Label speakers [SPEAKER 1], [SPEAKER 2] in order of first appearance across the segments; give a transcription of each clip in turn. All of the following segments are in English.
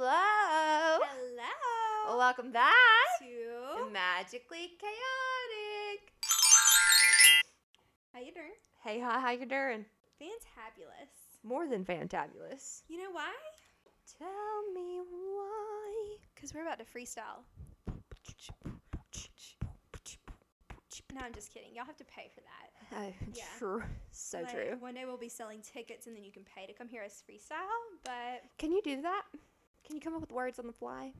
[SPEAKER 1] Hello.
[SPEAKER 2] Hello.
[SPEAKER 1] Welcome back Oh, to
[SPEAKER 2] To
[SPEAKER 1] Magically Chaotic.
[SPEAKER 2] how you doing?
[SPEAKER 1] Hey, hi, how you doing?
[SPEAKER 2] Fantabulous.
[SPEAKER 1] More than fantabulous.
[SPEAKER 2] You know why?
[SPEAKER 1] Tell me why.
[SPEAKER 2] Because we're about to freestyle. No, I'm just kidding. Y'all have to pay for that.
[SPEAKER 1] Oh,
[SPEAKER 2] Yeah.
[SPEAKER 1] true. So
[SPEAKER 2] Like,
[SPEAKER 1] true.
[SPEAKER 2] One day we'll be selling tickets and then you can pay to come hear us freestyle, but
[SPEAKER 1] Can you do that? Can you come up with words on the fly?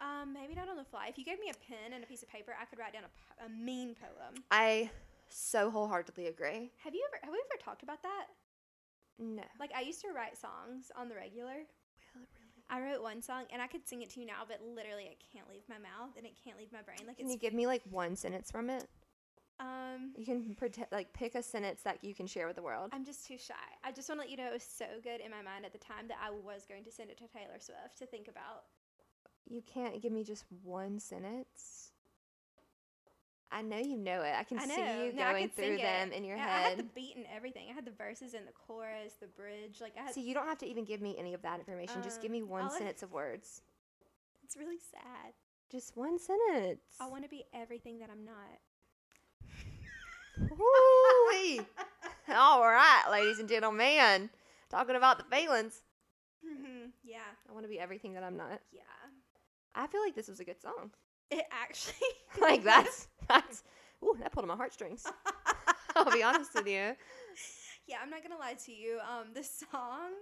[SPEAKER 2] um, maybe not on the fly. If you gave me a pen and a piece of paper, I could write down a, po- a mean poem.
[SPEAKER 1] I so wholeheartedly agree.
[SPEAKER 2] Have you ever have we ever talked about that?
[SPEAKER 1] No.
[SPEAKER 2] Like I used to write songs on the regular. I wrote one song and I could sing it to you now, but literally it can't leave my mouth and it can't leave my brain. Like
[SPEAKER 1] Can
[SPEAKER 2] it's
[SPEAKER 1] you give me like one sentence from it?
[SPEAKER 2] um
[SPEAKER 1] You can pretend like pick a sentence that you can share with the world.
[SPEAKER 2] I'm just too shy. I just want to let you know it was so good in my mind at the time that I was going to send it to Taylor Swift to think about.
[SPEAKER 1] You can't give me just one sentence. I know you know it. I can
[SPEAKER 2] I know.
[SPEAKER 1] see you
[SPEAKER 2] No, I
[SPEAKER 1] going
[SPEAKER 2] could sing
[SPEAKER 1] through
[SPEAKER 2] it.
[SPEAKER 1] them in your
[SPEAKER 2] Yeah, I had the
[SPEAKER 1] head.
[SPEAKER 2] beat and everything. I had the verses and the chorus, the bridge. Like I had,
[SPEAKER 1] So you don't have to even give me any of that information. just give
[SPEAKER 2] Um,
[SPEAKER 1] me one
[SPEAKER 2] I'll-
[SPEAKER 1] sentence of words.
[SPEAKER 2] it's really sad.
[SPEAKER 1] Just one sentence.
[SPEAKER 2] I want to be everything that I'm not.
[SPEAKER 1] Woo-wee. All right, ladies and gentlemen. Talking about the feelings. Mm-hmm.
[SPEAKER 2] yeah,
[SPEAKER 1] I want to be everything that I'm not.
[SPEAKER 2] yeah.
[SPEAKER 1] I feel like this was a good song.
[SPEAKER 2] It actually
[SPEAKER 1] Like that's that's ooh, that pulled on my heartstrings. I'll be honest with you.
[SPEAKER 2] Yeah, I'm not gonna lie to you. Um, the song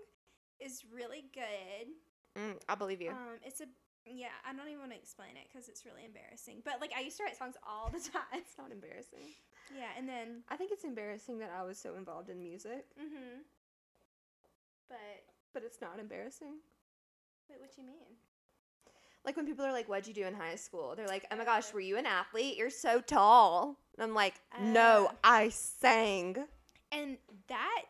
[SPEAKER 2] is really good.
[SPEAKER 1] Mm, I believe you.
[SPEAKER 2] Um, it's a yeah. I don't even want to explain it because it's really embarrassing. But like, I used to write songs all the time.
[SPEAKER 1] it's not embarrassing.
[SPEAKER 2] yeah, and then
[SPEAKER 1] I think it's embarrassing that I was so involved in music,
[SPEAKER 2] mm-hmm. But
[SPEAKER 1] but it's not embarrassing.
[SPEAKER 2] wait, what you mean?
[SPEAKER 1] Like when people are like, "What'd you do in high school?" They're like, "Oh my gosh, were you an athlete? You're so tall." And I'm like, "No,
[SPEAKER 2] Oh.
[SPEAKER 1] I sang."
[SPEAKER 2] And that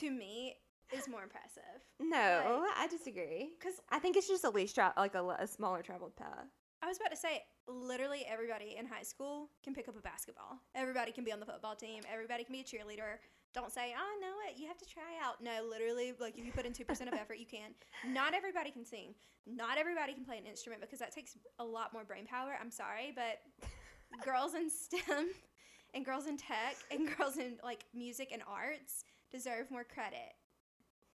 [SPEAKER 2] to me is more impressive.
[SPEAKER 1] no, I disagree.
[SPEAKER 2] Cause
[SPEAKER 1] I think it's just a least tra- like a, le- a smaller traveled path.
[SPEAKER 2] I was about to say, literally everybody in high school can pick up a basketball. Everybody can be on the football team. Everybody can be a cheerleader. Don't say, oh, no, it. You have to try out. No, literally, like if you put in 2% of effort, you can. Not everybody can sing. Not everybody can play an instrument because that takes a lot more brain power. I'm sorry, but girls in STEM and girls in tech and girls in like music and arts deserve more credit.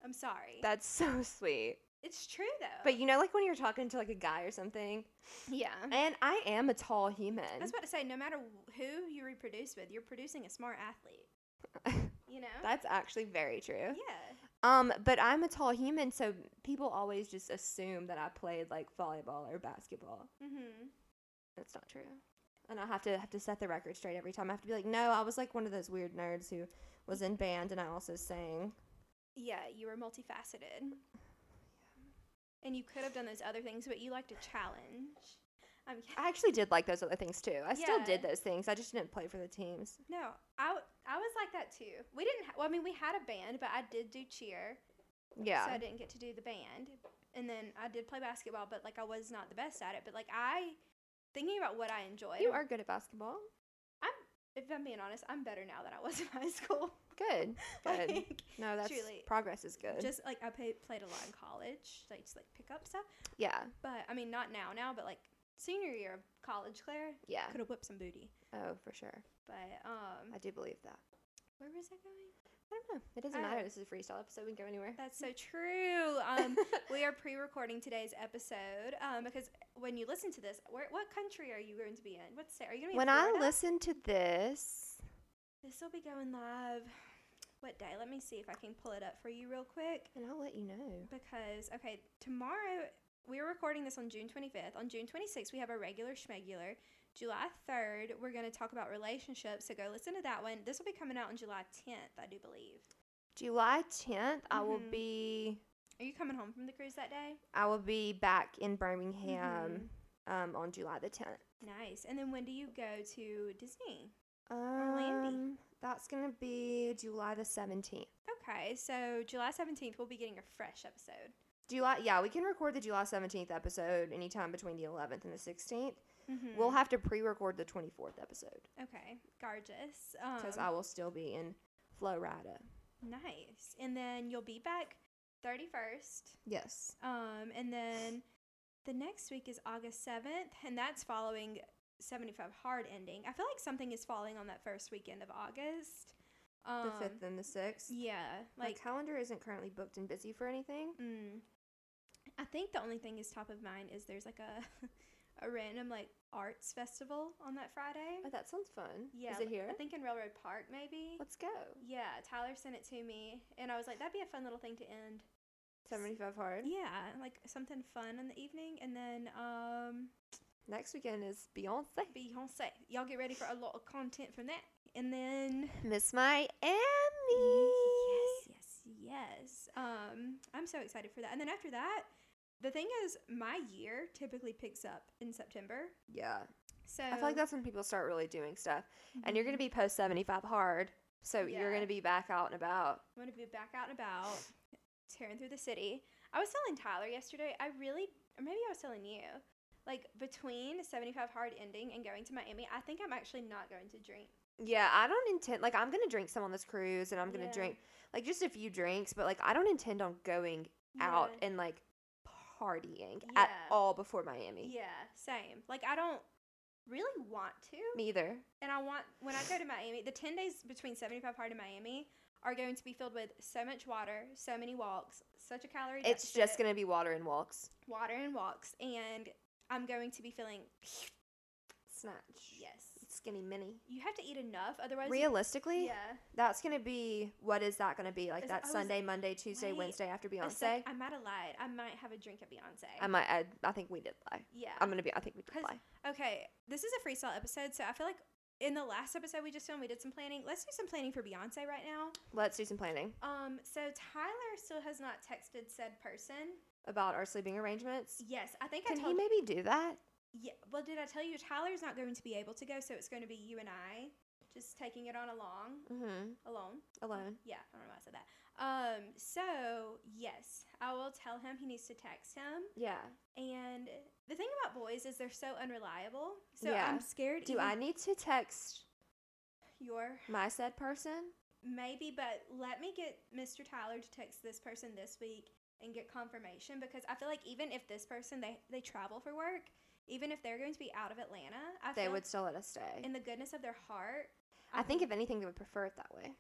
[SPEAKER 2] I'm sorry.
[SPEAKER 1] That's so sweet.
[SPEAKER 2] it's true though.
[SPEAKER 1] But you know, like when you're talking to like a guy or something,
[SPEAKER 2] yeah.
[SPEAKER 1] and I am a tall human.
[SPEAKER 2] I was about to say, no matter wh- who you reproduce with, you're producing a smart athlete. You know?
[SPEAKER 1] That's actually very true.
[SPEAKER 2] yeah.
[SPEAKER 1] Um, but I'm a tall human, so people always just assume that I played like volleyball or basketball.
[SPEAKER 2] hmm
[SPEAKER 1] That's not true. And I have to have to set the record straight every time. I have to be like, no, I was like one of those weird nerds who was in band and I also sang.
[SPEAKER 2] Yeah, you were multifaceted. And you could have done those other things, but you like to challenge. I'm kid-
[SPEAKER 1] I actually did like those other things too. I still did
[SPEAKER 2] Yeah.
[SPEAKER 1] those things. I just didn't play for the teams.
[SPEAKER 2] no, I, w- I was like that too. We didn't, ha- well, I mean, we had a band, but I did do cheer.
[SPEAKER 1] Yeah.
[SPEAKER 2] So I didn't get to do the band. And then I did play basketball, but like I was not the best at it. But like I, thinking about what I enjoyed,
[SPEAKER 1] you are good at basketball.
[SPEAKER 2] if I'm being honest, I'm better now than I was in high school.
[SPEAKER 1] Good. Good.
[SPEAKER 2] Like,
[SPEAKER 1] no, that's
[SPEAKER 2] truly.
[SPEAKER 1] progress is good.
[SPEAKER 2] just like I played played a lot in college, like just like pick up stuff.
[SPEAKER 1] yeah.
[SPEAKER 2] But I mean, not now, now, but like senior year of college, Claire
[SPEAKER 1] Yeah.
[SPEAKER 2] could have whipped some booty.
[SPEAKER 1] Oh, for sure.
[SPEAKER 2] But um,
[SPEAKER 1] I do believe that.
[SPEAKER 2] where was I going?
[SPEAKER 1] I don't know. It doesn't
[SPEAKER 2] Oh.
[SPEAKER 1] matter. This is a freestyle episode. We can go anywhere.
[SPEAKER 2] That's so true. Um, we are pre-recording today's episode um, because when you listen to this, where what country are you going to be in? What state are you going to be?
[SPEAKER 1] when
[SPEAKER 2] in
[SPEAKER 1] I
[SPEAKER 2] Florida?
[SPEAKER 1] listen to this,
[SPEAKER 2] this will be going live. What day? Let me see if I can pull it up for you real quick.
[SPEAKER 1] and I'll let you know.
[SPEAKER 2] because okay, tomorrow we're recording this on June 25th. On June 26th, we have a regular schmegular. July 3rd, we're going to talk about relationships, so go listen to that one. This will be coming out on July 10th, I do believe.
[SPEAKER 1] July 10th, I will
[SPEAKER 2] Mhm.
[SPEAKER 1] be
[SPEAKER 2] Are you coming home from the cruise that day?
[SPEAKER 1] I will be back in Birmingham um, on July the 10th.
[SPEAKER 2] Nice. And then when do you go to Disney? Orlando.
[SPEAKER 1] Um, that's going to be July the 17th.
[SPEAKER 2] Okay, so July 17th, we'll be getting a fresh episode.
[SPEAKER 1] July, yeah, we can record the July 17th episode anytime between the 11th and the 16th.
[SPEAKER 2] Mm-hmm.
[SPEAKER 1] We'll have to pre record the 24th episode
[SPEAKER 2] okay, gorgeous.
[SPEAKER 1] because
[SPEAKER 2] Um,
[SPEAKER 1] I will still be in Florida.
[SPEAKER 2] nice. And then you'll be back 31st.
[SPEAKER 1] Yes.
[SPEAKER 2] Um, and then the next week is August 7th, and that's following 75 Hard ending. I feel like something is falling on that first weekend of August. Um,
[SPEAKER 1] The fifth and the sixth.
[SPEAKER 2] Yeah.
[SPEAKER 1] My
[SPEAKER 2] Like,
[SPEAKER 1] calendar isn't currently booked and busy for anything.
[SPEAKER 2] mm, I think the only thing is top of mind is there's like a, a random like arts festival on that Friday.
[SPEAKER 1] Oh, that sounds fun.
[SPEAKER 2] Yeah.
[SPEAKER 1] Is it here?
[SPEAKER 2] I think in Railroad Park, maybe.
[SPEAKER 1] Let's go.
[SPEAKER 2] Yeah, Tyler sent it to me, and I was like, that'd be a fun little thing to end.
[SPEAKER 1] Seventy-five hard.
[SPEAKER 2] Yeah, like something fun in the evening, and then um,
[SPEAKER 1] Next weekend is Beyonce.
[SPEAKER 2] Beyonce. Y'all get ready for a lot of content from that, and then
[SPEAKER 1] Miss Miami.
[SPEAKER 2] yes, yes, yes. Um, I'm so excited for that, and then after that, the thing is, my year typically picks up in September,
[SPEAKER 1] Yeah.
[SPEAKER 2] so
[SPEAKER 1] I feel like that's when people start really doing stuff. And you're going to be post 75 hard. So
[SPEAKER 2] Mm-hmm. Yeah.
[SPEAKER 1] you're going to be back out and about.
[SPEAKER 2] I'm gonna be back out and about, tearing through the city. I was telling Tyler yesterday, I really, or maybe I was telling you, like between 75 hard ending and going to Miami, I think I'm actually not going to drink.
[SPEAKER 1] Yeah, I don't intend, like, I'm going to drink some on this cruise and I'm going to
[SPEAKER 2] Yeah.
[SPEAKER 1] drink, like, just a few drinks, but, like, I don't intend on going out
[SPEAKER 2] Yeah.
[SPEAKER 1] and, like, partying at
[SPEAKER 2] Yeah.
[SPEAKER 1] all before Miami.
[SPEAKER 2] Yeah, same. Like I don't really want to,
[SPEAKER 1] Me either.
[SPEAKER 2] and I want when I go to Miami, the 10 days between 75 hard and Miami are going to be filled with so much water, so many walks, such a calorie.
[SPEAKER 1] It's just going to be water and walks.
[SPEAKER 2] to water and walks, and I'm going to be feeling
[SPEAKER 1] Snatch.
[SPEAKER 2] yes.
[SPEAKER 1] Skinny mini.
[SPEAKER 2] You have to eat enough, otherwise. you-
[SPEAKER 1] Realistically,
[SPEAKER 2] yeah.
[SPEAKER 1] that's going to be, what is that going to be? Like,
[SPEAKER 2] Is- I
[SPEAKER 1] that
[SPEAKER 2] was-
[SPEAKER 1] Sunday, Monday, Tuesday,
[SPEAKER 2] wait,
[SPEAKER 1] Wednesday after
[SPEAKER 2] I
[SPEAKER 1] Beyonce?
[SPEAKER 2] said- I might have lied. I might have a drink at Beyonce.
[SPEAKER 1] I might add, I think we did lie.
[SPEAKER 2] yeah.
[SPEAKER 1] I'm going to be, I think we did
[SPEAKER 2] 'Cause-
[SPEAKER 1] lie.
[SPEAKER 2] okay. This is a freestyle episode, so I feel like in the last episode we just filmed, we did some planning. Let's do some planning for Beyonce right now.
[SPEAKER 1] Let's do some planning
[SPEAKER 2] Um, so Tyler still has not texted said person.
[SPEAKER 1] about our sleeping arrangements.
[SPEAKER 2] Yes, I think
[SPEAKER 1] Can
[SPEAKER 2] I
[SPEAKER 1] he
[SPEAKER 2] told.
[SPEAKER 1] maybe do that?
[SPEAKER 2] yeah. Well, did I tell you Tyler's not going to be able to go, so it's going to be you and I, just taking it on along,
[SPEAKER 1] Mm-hmm.
[SPEAKER 2] alone.
[SPEAKER 1] Alone.
[SPEAKER 2] Yeah, I don't know why I said that. Um, so yes, I will tell him he needs to text him.
[SPEAKER 1] Yeah.
[SPEAKER 2] And the thing about boys is they're so unreliable. So
[SPEAKER 1] Yeah.
[SPEAKER 2] I'm scared.
[SPEAKER 1] Do
[SPEAKER 2] even
[SPEAKER 1] I need to text
[SPEAKER 2] Your
[SPEAKER 1] my said person?
[SPEAKER 2] maybe, but let me get Mr. Tyler to text this person this week and get confirmation because I feel like even if this person they they travel for work, even if they're going to be out of Atlanta, I
[SPEAKER 1] They
[SPEAKER 2] feel
[SPEAKER 1] would still let us stay.
[SPEAKER 2] in the goodness of their heart.
[SPEAKER 1] I think if anything, they would prefer it that way.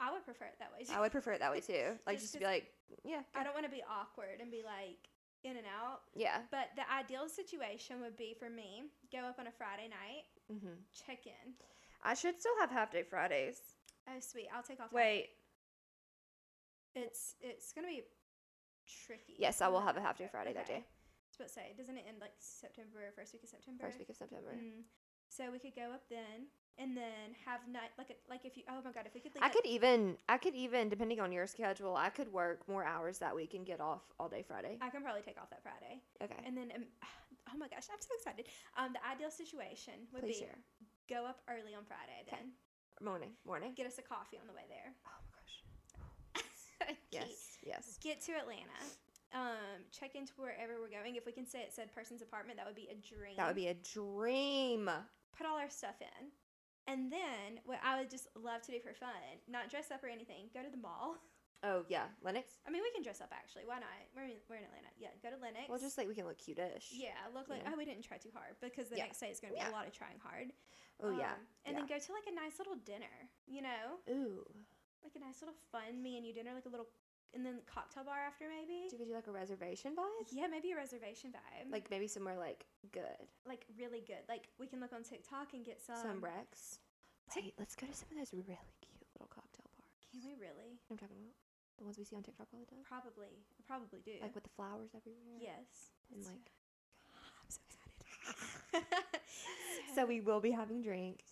[SPEAKER 2] I would prefer it that way.
[SPEAKER 1] I would prefer it that way too. Like just
[SPEAKER 2] Just
[SPEAKER 1] to be like, yeah,
[SPEAKER 2] I don't want to be awkward and be like in and out.
[SPEAKER 1] yeah.
[SPEAKER 2] But the ideal situation would be for me go up on a Friday night,
[SPEAKER 1] Mm-hmm.
[SPEAKER 2] check in.
[SPEAKER 1] I should still have half day Fridays.
[SPEAKER 2] Oh sweet, I'll take off. my-
[SPEAKER 1] Wait.
[SPEAKER 2] It's it's gonna be tricky.
[SPEAKER 1] Yes, I
[SPEAKER 2] I'm
[SPEAKER 1] will
[SPEAKER 2] not
[SPEAKER 1] have a
[SPEAKER 2] gonna
[SPEAKER 1] half day
[SPEAKER 2] do it.
[SPEAKER 1] Friday that
[SPEAKER 2] Okay.
[SPEAKER 1] day.
[SPEAKER 2] I was about to say, doesn't it end like September, first week of September?
[SPEAKER 1] First week of September.
[SPEAKER 2] Mm. So we could go up then, and then have night like a, like if you oh my god if we could leave
[SPEAKER 1] I
[SPEAKER 2] at-
[SPEAKER 1] could even, I could even, depending on your schedule, I could work more hours that week and get off all day Friday.
[SPEAKER 2] I can probably take off that Friday,
[SPEAKER 1] Okay.
[SPEAKER 2] and then um, oh my gosh I'm so excited. Um, the ideal situation would
[SPEAKER 1] Please
[SPEAKER 2] be
[SPEAKER 1] share.
[SPEAKER 2] go up early on Friday,
[SPEAKER 1] Okay.
[SPEAKER 2] then
[SPEAKER 1] Morning. Morning.
[SPEAKER 2] get us a coffee on the way there.
[SPEAKER 1] Oh my gosh.
[SPEAKER 2] Okay.
[SPEAKER 1] Yes. Yes.
[SPEAKER 2] Get to Atlanta. Um, check into wherever we're going. If we can stay at said person's apartment, that would be a dream.
[SPEAKER 1] That would be a dream.
[SPEAKER 2] put all our stuff in. And then what I would just love to do for fun, not dress up or anything, go to the mall.
[SPEAKER 1] Oh yeah, Lennox.
[SPEAKER 2] I mean, we can dress up actually. Why not? We're in, we're in Atlanta. Yeah, go to Lennox.
[SPEAKER 1] Well, just like we can look cutish.
[SPEAKER 2] yeah, look like
[SPEAKER 1] yeah.
[SPEAKER 2] oh, we didn't try too hard because the
[SPEAKER 1] Yeah.
[SPEAKER 2] next day is going to be
[SPEAKER 1] Yeah.
[SPEAKER 2] a lot of trying hard.
[SPEAKER 1] Oh yeah.
[SPEAKER 2] Um, and then go to like a nice little dinner. You know,
[SPEAKER 1] Ooh.
[SPEAKER 2] like a nice little fun me and you dinner, like a little, and then cocktail bar after maybe.
[SPEAKER 1] Do we do like a reservation vibe?
[SPEAKER 2] Yeah, maybe a reservation vibe.
[SPEAKER 1] Like maybe somewhere like good.
[SPEAKER 2] like really good. Like we can look on TikTok and get some.
[SPEAKER 1] some Rex.
[SPEAKER 2] Um,
[SPEAKER 1] Wait,
[SPEAKER 2] Tik-
[SPEAKER 1] let's go to some of those really cute little cocktail bars.
[SPEAKER 2] Can we really?
[SPEAKER 1] You know what I'm talking about? The ones we see on TikTok all the time.
[SPEAKER 2] Probably, probably do.
[SPEAKER 1] Like with the flowers everywhere.
[SPEAKER 2] yes.
[SPEAKER 1] And
[SPEAKER 2] Let's
[SPEAKER 1] like
[SPEAKER 2] I'm so excited.
[SPEAKER 1] so we will be having drinks.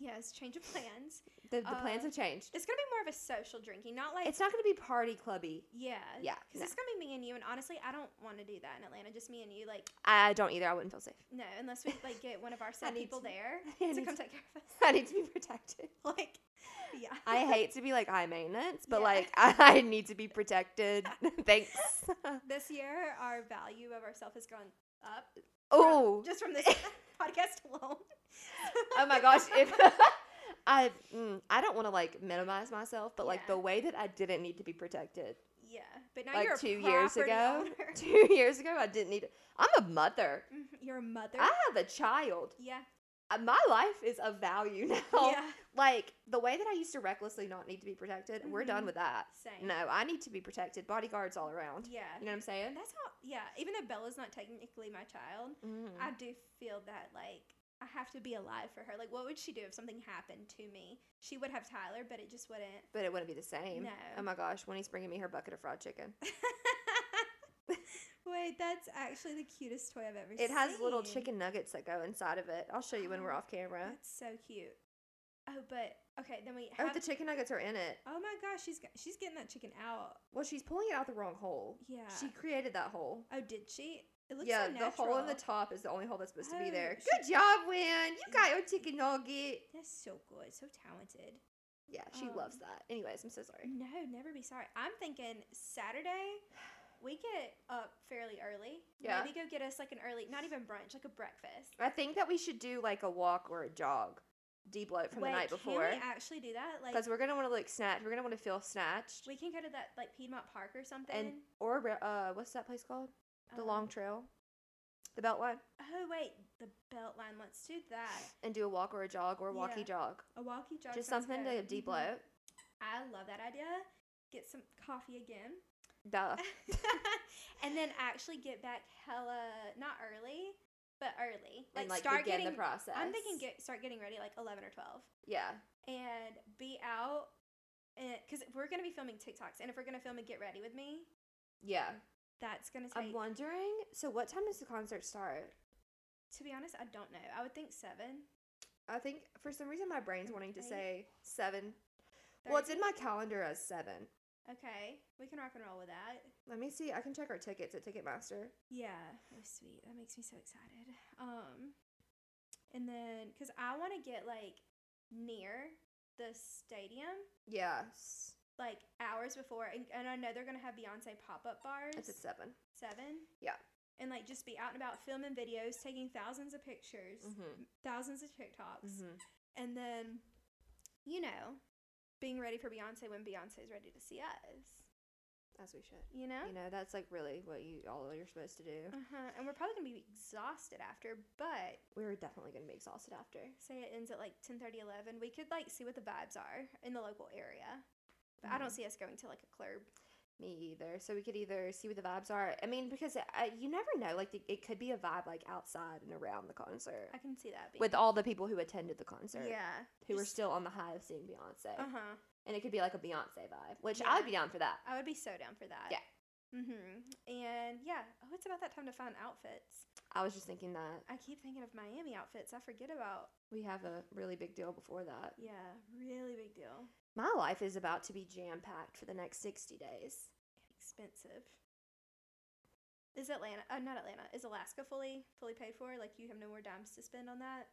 [SPEAKER 2] yes, change of plans.
[SPEAKER 1] The the plans
[SPEAKER 2] Uh,
[SPEAKER 1] have changed.
[SPEAKER 2] It's gonna be more of a social drinking, not like
[SPEAKER 1] It's not gonna be party clubby.
[SPEAKER 2] yeah,
[SPEAKER 1] Yeah,
[SPEAKER 2] Because
[SPEAKER 1] no.
[SPEAKER 2] it's gonna be me and you, and honestly, I don't want to do that in Atlanta. Just me and you, like
[SPEAKER 1] I don't either. I wouldn't feel safe.
[SPEAKER 2] no, unless we like get one of our set
[SPEAKER 1] need
[SPEAKER 2] people
[SPEAKER 1] to-
[SPEAKER 2] there
[SPEAKER 1] I
[SPEAKER 2] to
[SPEAKER 1] need
[SPEAKER 2] come
[SPEAKER 1] to-
[SPEAKER 2] take care of us.
[SPEAKER 1] I need to be protected.
[SPEAKER 2] Like yeah,
[SPEAKER 1] I hate to be like high maintenance, but
[SPEAKER 2] Yeah.
[SPEAKER 1] like I need to be protected. Thanks.
[SPEAKER 2] this year our value of ourself has gone up. from-
[SPEAKER 1] oh,
[SPEAKER 2] just from this podcast alone.
[SPEAKER 1] oh my gosh! If I mm, I don't want to like minimize myself, but like
[SPEAKER 2] Yeah.
[SPEAKER 1] the way that I didn't need to be protected
[SPEAKER 2] yeah, but now
[SPEAKER 1] like
[SPEAKER 2] you're a
[SPEAKER 1] two years
[SPEAKER 2] property
[SPEAKER 1] ago.
[SPEAKER 2] owner.
[SPEAKER 1] Two years ago, I didn't need. I'm a mother.
[SPEAKER 2] Mhm, you're a mother.
[SPEAKER 1] I have a child.
[SPEAKER 2] yeah,
[SPEAKER 1] Uh, My life is of value now.
[SPEAKER 2] yeah,
[SPEAKER 1] Like the way that I used to recklessly not need to be protected, we're done
[SPEAKER 2] Mhm.
[SPEAKER 1] with that.
[SPEAKER 2] same.
[SPEAKER 1] No, I need to be protected. Bodyguards all around.
[SPEAKER 2] Yeah,
[SPEAKER 1] You know what I'm saying?
[SPEAKER 2] and that's how. Yeah, even though Bella's not technically my child,
[SPEAKER 1] Mhm.
[SPEAKER 2] I do feel that like I have to be alive for her. Like, what would she do if something happened to me? She would have Tyler, but it just wouldn't.
[SPEAKER 1] but it wouldn't be the same.
[SPEAKER 2] No.
[SPEAKER 1] Oh my gosh, when he's bringing me her bucket of fried chicken,
[SPEAKER 2] Wait, that's actually the cutest toy I've ever seen.
[SPEAKER 1] it has little chicken nuggets that go inside of it. I'll show you when we're
[SPEAKER 2] Oh,
[SPEAKER 1] off camera.
[SPEAKER 2] That's so cute. Oh, but okay, then we
[SPEAKER 1] Oh,
[SPEAKER 2] have.
[SPEAKER 1] the chicken nuggets are in it.
[SPEAKER 2] oh my gosh, she's got, she's getting that chicken out.
[SPEAKER 1] Well, she's pulling it out the wrong hole.
[SPEAKER 2] Yeah.
[SPEAKER 1] She created that hole.
[SPEAKER 2] oh, did she? It looks
[SPEAKER 1] yeah,
[SPEAKER 2] so
[SPEAKER 1] the
[SPEAKER 2] natural.
[SPEAKER 1] hole in the top is the only hole that's supposed to be
[SPEAKER 2] Oh,
[SPEAKER 1] there.
[SPEAKER 2] she-
[SPEAKER 1] Good job, Win. You got your chicken nugget.
[SPEAKER 2] That's so good. So talented.
[SPEAKER 1] Yeah, she loves
[SPEAKER 2] Um,
[SPEAKER 1] that. Anyways, I'm so sorry.
[SPEAKER 2] No, never be sorry. I'm thinking Saturday. We get up fairly early.
[SPEAKER 1] Yeah.
[SPEAKER 2] Maybe go get us like an early, not even brunch, like a breakfast.
[SPEAKER 1] I think that we should do like a walk or a jog, de-bloat from
[SPEAKER 2] Wait,
[SPEAKER 1] the night before,
[SPEAKER 2] Can we actually do that? Like,
[SPEAKER 1] because we're gonna want to look snatched. We're gonna want to feel snatched.
[SPEAKER 2] we can go to that like Piedmont Park or something.
[SPEAKER 1] or re- uh, what's that place called? The
[SPEAKER 2] Um,
[SPEAKER 1] Long Trail, the Beltline,
[SPEAKER 2] Oh wait, the Beltline. Let's do that.
[SPEAKER 1] and do a walk or a jog or a walkie
[SPEAKER 2] Yeah.
[SPEAKER 1] jog.
[SPEAKER 2] A walkie jog.
[SPEAKER 1] Just
[SPEAKER 2] sounds
[SPEAKER 1] something to
[SPEAKER 2] good. Mhm.
[SPEAKER 1] de-bloat.
[SPEAKER 2] I love that idea. Get some coffee again.
[SPEAKER 1] Duh.
[SPEAKER 2] and then actually get back hella not early, but early. Like,
[SPEAKER 1] and like
[SPEAKER 2] start
[SPEAKER 1] begin
[SPEAKER 2] getting.
[SPEAKER 1] the process.
[SPEAKER 2] I'm thinking get start getting ready like eleven or twelve,
[SPEAKER 1] yeah,
[SPEAKER 2] and be out. Because we're gonna be filming TikToks, and if we're gonna film a get ready with me,
[SPEAKER 1] yeah.
[SPEAKER 2] that's gonna take.
[SPEAKER 1] I'm wondering. So what time does the concert start?
[SPEAKER 2] to be honest, I don't know. I would think seven.
[SPEAKER 1] I think for some reason my brain's wanting to
[SPEAKER 2] Eight.
[SPEAKER 1] say seven. Well, it's in my calendar as seven.
[SPEAKER 2] Okay, we can rock and roll with that.
[SPEAKER 1] Let me see. I can check our tickets at Ticketmaster.
[SPEAKER 2] Yeah, oh sweet. That makes me so excited. Um, and then because I want to get like near the stadium,
[SPEAKER 1] Yes,
[SPEAKER 2] like hours before, and, and I know they're gonna have Beyonce pop up bars
[SPEAKER 1] it's at seven.
[SPEAKER 2] seven.
[SPEAKER 1] Yeah.
[SPEAKER 2] and like just be out and about filming videos, taking thousands of pictures,
[SPEAKER 1] Mm-hmm.
[SPEAKER 2] thousands of TikToks, and then, you know, being ready for Beyonce when Beyonce's ready to see us.
[SPEAKER 1] As we should.
[SPEAKER 2] You know.
[SPEAKER 1] You know, that's like really what you all you're supposed to do.
[SPEAKER 2] Uh-huh. And we're probably gonna be exhausted after, but
[SPEAKER 1] We're definitely gonna be exhausted after.
[SPEAKER 2] say it ends at like 10 30 11 we could like see what the vibes are in the local area but i don't
[SPEAKER 1] Mm-hmm.
[SPEAKER 2] see us going to like a club
[SPEAKER 1] Me either. So we could either see what the vibes are. I mean, because uh, you never know. Like the, it could be a vibe like outside and around the concert
[SPEAKER 2] i can see that being
[SPEAKER 1] with all the people who attended the concert.
[SPEAKER 2] yeah
[SPEAKER 1] Who were
[SPEAKER 2] just-
[SPEAKER 1] still on the high of seeing Beyonce.
[SPEAKER 2] uh-huh
[SPEAKER 1] And it could be like a Beyonce vibe, which I would
[SPEAKER 2] Yeah.
[SPEAKER 1] be down for that.
[SPEAKER 2] i would be so down for that
[SPEAKER 1] Yeah.
[SPEAKER 2] mm-hmm and yeah oh it's about that time to find outfits
[SPEAKER 1] I was just thinking that
[SPEAKER 2] i keep thinking of miami outfits i forget about
[SPEAKER 1] we have a really big deal before that.
[SPEAKER 2] yeah really big deal
[SPEAKER 1] My life is about to be jam packed for the next 60 days.
[SPEAKER 2] expensive is atlanta uh, not atlanta is alaska fully fully paid for like you have no more dimes to spend on that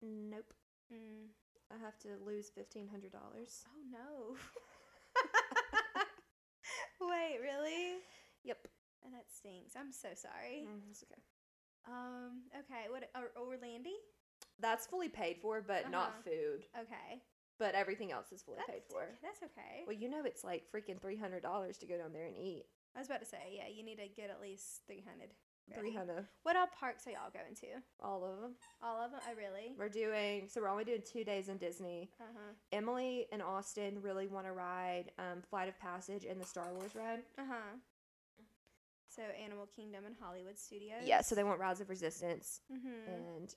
[SPEAKER 1] Nope.
[SPEAKER 2] mm.
[SPEAKER 1] I have to lose $1,500.
[SPEAKER 2] Oh no. Wait, really?
[SPEAKER 1] Yep.
[SPEAKER 2] Oh, that stinks. I'm so sorry.
[SPEAKER 1] Mm, that's okay.
[SPEAKER 2] Um, okay, what or, Orlandi?
[SPEAKER 1] That's fully paid for, but
[SPEAKER 2] Uh-huh.
[SPEAKER 1] not food.
[SPEAKER 2] Okay.
[SPEAKER 1] But everything else is fully
[SPEAKER 2] That's,
[SPEAKER 1] paid for.
[SPEAKER 2] okay- That's okay.
[SPEAKER 1] Well, you know it's like freaking three hundred dollars to go down there and eat.
[SPEAKER 2] I was about to say, yeah, you need to get at least 300. ready.
[SPEAKER 1] Three hundred,
[SPEAKER 2] What all parks are y'all going to?
[SPEAKER 1] all of them.
[SPEAKER 2] All of them? Oh, really?
[SPEAKER 1] We're doing so we're only doing two days in Disney.
[SPEAKER 2] Uh-huh.
[SPEAKER 1] Emily and Austin really want to ride um, Flight of Passage and the Star Wars ride.
[SPEAKER 2] Uh-huh. So Animal Kingdom and Hollywood Studios.
[SPEAKER 1] Yeah, so they want Rise of Resistance
[SPEAKER 2] Mm-hmm.
[SPEAKER 1] and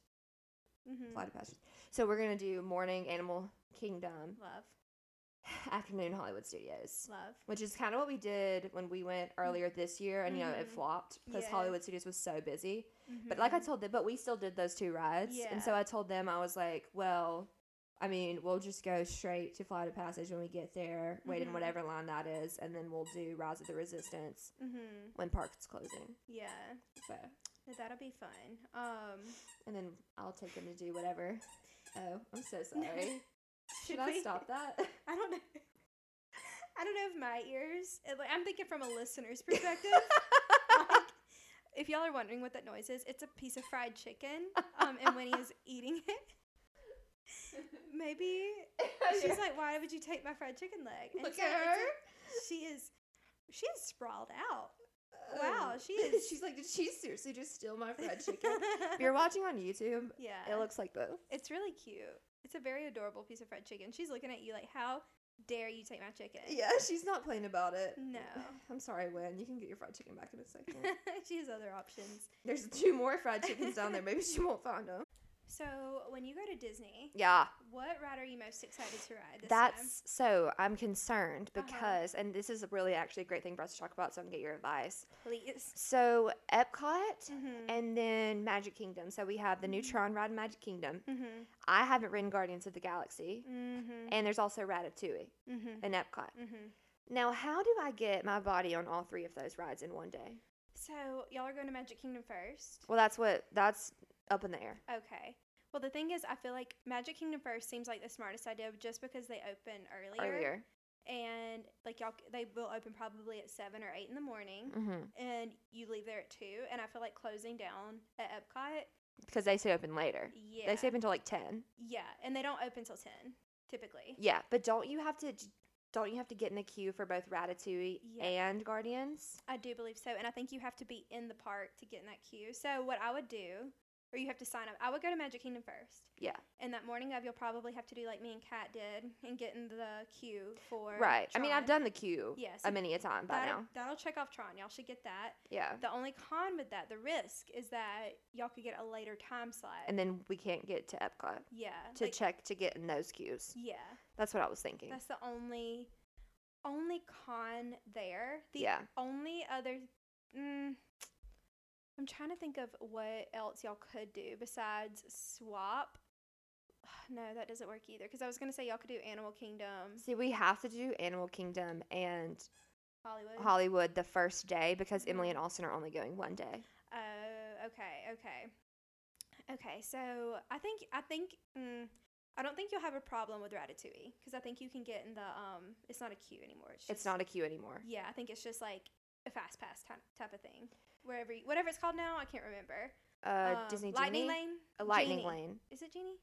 [SPEAKER 2] mm-hmm.
[SPEAKER 1] Flight of Passage. So we're gonna do morning Animal Kingdom,
[SPEAKER 2] Love.
[SPEAKER 1] afternoon Hollywood Studios.
[SPEAKER 2] Love.
[SPEAKER 1] Which is kind of what we did when we went earlier this year, and you know it
[SPEAKER 2] Mhm.
[SPEAKER 1] flopped because
[SPEAKER 2] Mm-hmm. Yeah.
[SPEAKER 1] Hollywood Studios was so busy. But like I
[SPEAKER 2] Mhm.
[SPEAKER 1] told them, but we still did those two rides. And so
[SPEAKER 2] Yeah.
[SPEAKER 1] I told them, I was like, well, I mean, we'll just go straight to Flight of Passage when we get there, wait
[SPEAKER 2] Mhm.
[SPEAKER 1] in whatever line that is, and then we'll do Rise of the Resistance
[SPEAKER 2] Mhm.
[SPEAKER 1] when park's closing.
[SPEAKER 2] Yeah.
[SPEAKER 1] So,
[SPEAKER 2] No, That'll be fun. Um
[SPEAKER 1] and then I'll take them to do whatever. Oh, I'm so sorry. Should
[SPEAKER 2] Should
[SPEAKER 1] I
[SPEAKER 2] we-
[SPEAKER 1] stop that?
[SPEAKER 2] I don't know. I don't know if my ears. it- Like, I'm thinking from a listener's perspective. like, if y'all are wondering what that noise is, it's a piece of fried chicken, um, and Winnie is eating it. Maybe she's like, "Why would you take my fried chicken leg?" And
[SPEAKER 1] Oh, Look
[SPEAKER 2] it's like,
[SPEAKER 1] at
[SPEAKER 2] it's a-
[SPEAKER 1] her.
[SPEAKER 2] she is She is sprawled out. Wow, she is.
[SPEAKER 1] Um, She's like, did she seriously just steal my fried chicken? if you're watching on YouTube,
[SPEAKER 2] yeah.
[SPEAKER 1] it looks like both.
[SPEAKER 2] It's really cute. It's a very adorable piece of fried chicken. She's looking at you like, how dare you take my chicken?
[SPEAKER 1] Yeah, she's not playing about it.
[SPEAKER 2] No.
[SPEAKER 1] I'm sorry, Wynn. You can get your fried chicken back in a second.
[SPEAKER 2] she has other options.
[SPEAKER 1] There's two more fried chickens down there. Maybe she won't find them.
[SPEAKER 2] So when you go to Disney,
[SPEAKER 1] Yeah,
[SPEAKER 2] what ride are you most excited to ride this time?
[SPEAKER 1] that's so. I'm concerned
[SPEAKER 2] Uh-huh.
[SPEAKER 1] because, and this is really actually a great thing for us to talk about, so I can get your advice.
[SPEAKER 2] Please.
[SPEAKER 1] So, Epcot
[SPEAKER 2] Mm-hmm.
[SPEAKER 1] and then Magic Kingdom. So, we have the new Tron ride in Magic Kingdom.
[SPEAKER 2] Mm-hmm.
[SPEAKER 1] I haven't ridden Guardians of the Galaxy,
[SPEAKER 2] Mm-hmm.
[SPEAKER 1] and there's also Ratatouille
[SPEAKER 2] Mm-hmm.
[SPEAKER 1] in Epcot.
[SPEAKER 2] Mm-hmm.
[SPEAKER 1] Now, how do I get my body on all three of those rides in one day?
[SPEAKER 2] So y'all are going to Magic Kingdom first.
[SPEAKER 1] Well, that's what that's up in the air.
[SPEAKER 2] Okay. Well, the thing is, I feel like Magic Kingdom first seems like the smartest idea just because they open earlier,
[SPEAKER 1] Earlier,
[SPEAKER 2] and like y'all, c- they will open probably at seven or eight in the morning,
[SPEAKER 1] mm-hmm.
[SPEAKER 2] and you leave there at two. And I feel like closing down at Epcot.
[SPEAKER 1] because they stay open later.
[SPEAKER 2] Yeah.
[SPEAKER 1] They stay open until like ten.
[SPEAKER 2] yeah, and they don't open till ten typically.
[SPEAKER 1] Yeah, but don't you have to? Don't you have to get in the queue for both Ratatouille
[SPEAKER 2] Yeah.
[SPEAKER 1] and Guardians?
[SPEAKER 2] I do believe so, and I think you have to be in the park to get in that queue. So what I would do, or you have to sign up. I would go to Magic Kingdom first.
[SPEAKER 1] Yeah.
[SPEAKER 2] And that morning of, you'll probably have to do like me and Kat did, and get in the queue for.
[SPEAKER 1] Right. I mean, I've
[SPEAKER 2] Tron.
[SPEAKER 1] done the queue
[SPEAKER 2] Yeah, so
[SPEAKER 1] a many a time by
[SPEAKER 2] That'll,
[SPEAKER 1] now.
[SPEAKER 2] that'll check off Tron. Y'all should get that.
[SPEAKER 1] Yeah,
[SPEAKER 2] The only con with that, the risk, is that y'all could get a later time slot.
[SPEAKER 1] and then we can't get to Epcot
[SPEAKER 2] yeah.
[SPEAKER 1] to
[SPEAKER 2] like-
[SPEAKER 1] check to get in those queues.
[SPEAKER 2] Yeah.
[SPEAKER 1] That's what I was thinking.
[SPEAKER 2] That's the only only con there. The
[SPEAKER 1] yeah,
[SPEAKER 2] only other mm, i'm trying to think of what else y'all could do besides swap no that doesn't work either because i was going to say y'all could do animal kingdom
[SPEAKER 1] see, we have to do Animal Kingdom and
[SPEAKER 2] hollywood
[SPEAKER 1] Hollywood the first day because Emily
[SPEAKER 2] Mhm.
[SPEAKER 1] and Austin are only going one day.
[SPEAKER 2] oh okay okay okay so i think i think mm, i don't think you'll have a problem with ratatouille because i think you can get in the um it's not a queue anymore it's, just,
[SPEAKER 1] It's not a queue anymore.
[SPEAKER 2] yeah i think it's just like a fast pass type, type of thing wherever you, whatever it's called now i can't remember
[SPEAKER 1] Uh,
[SPEAKER 2] Um,
[SPEAKER 1] Disney
[SPEAKER 2] lightning
[SPEAKER 1] Genie?
[SPEAKER 2] lane
[SPEAKER 1] a lightning
[SPEAKER 2] Genie.
[SPEAKER 1] lane.
[SPEAKER 2] Is it Genie?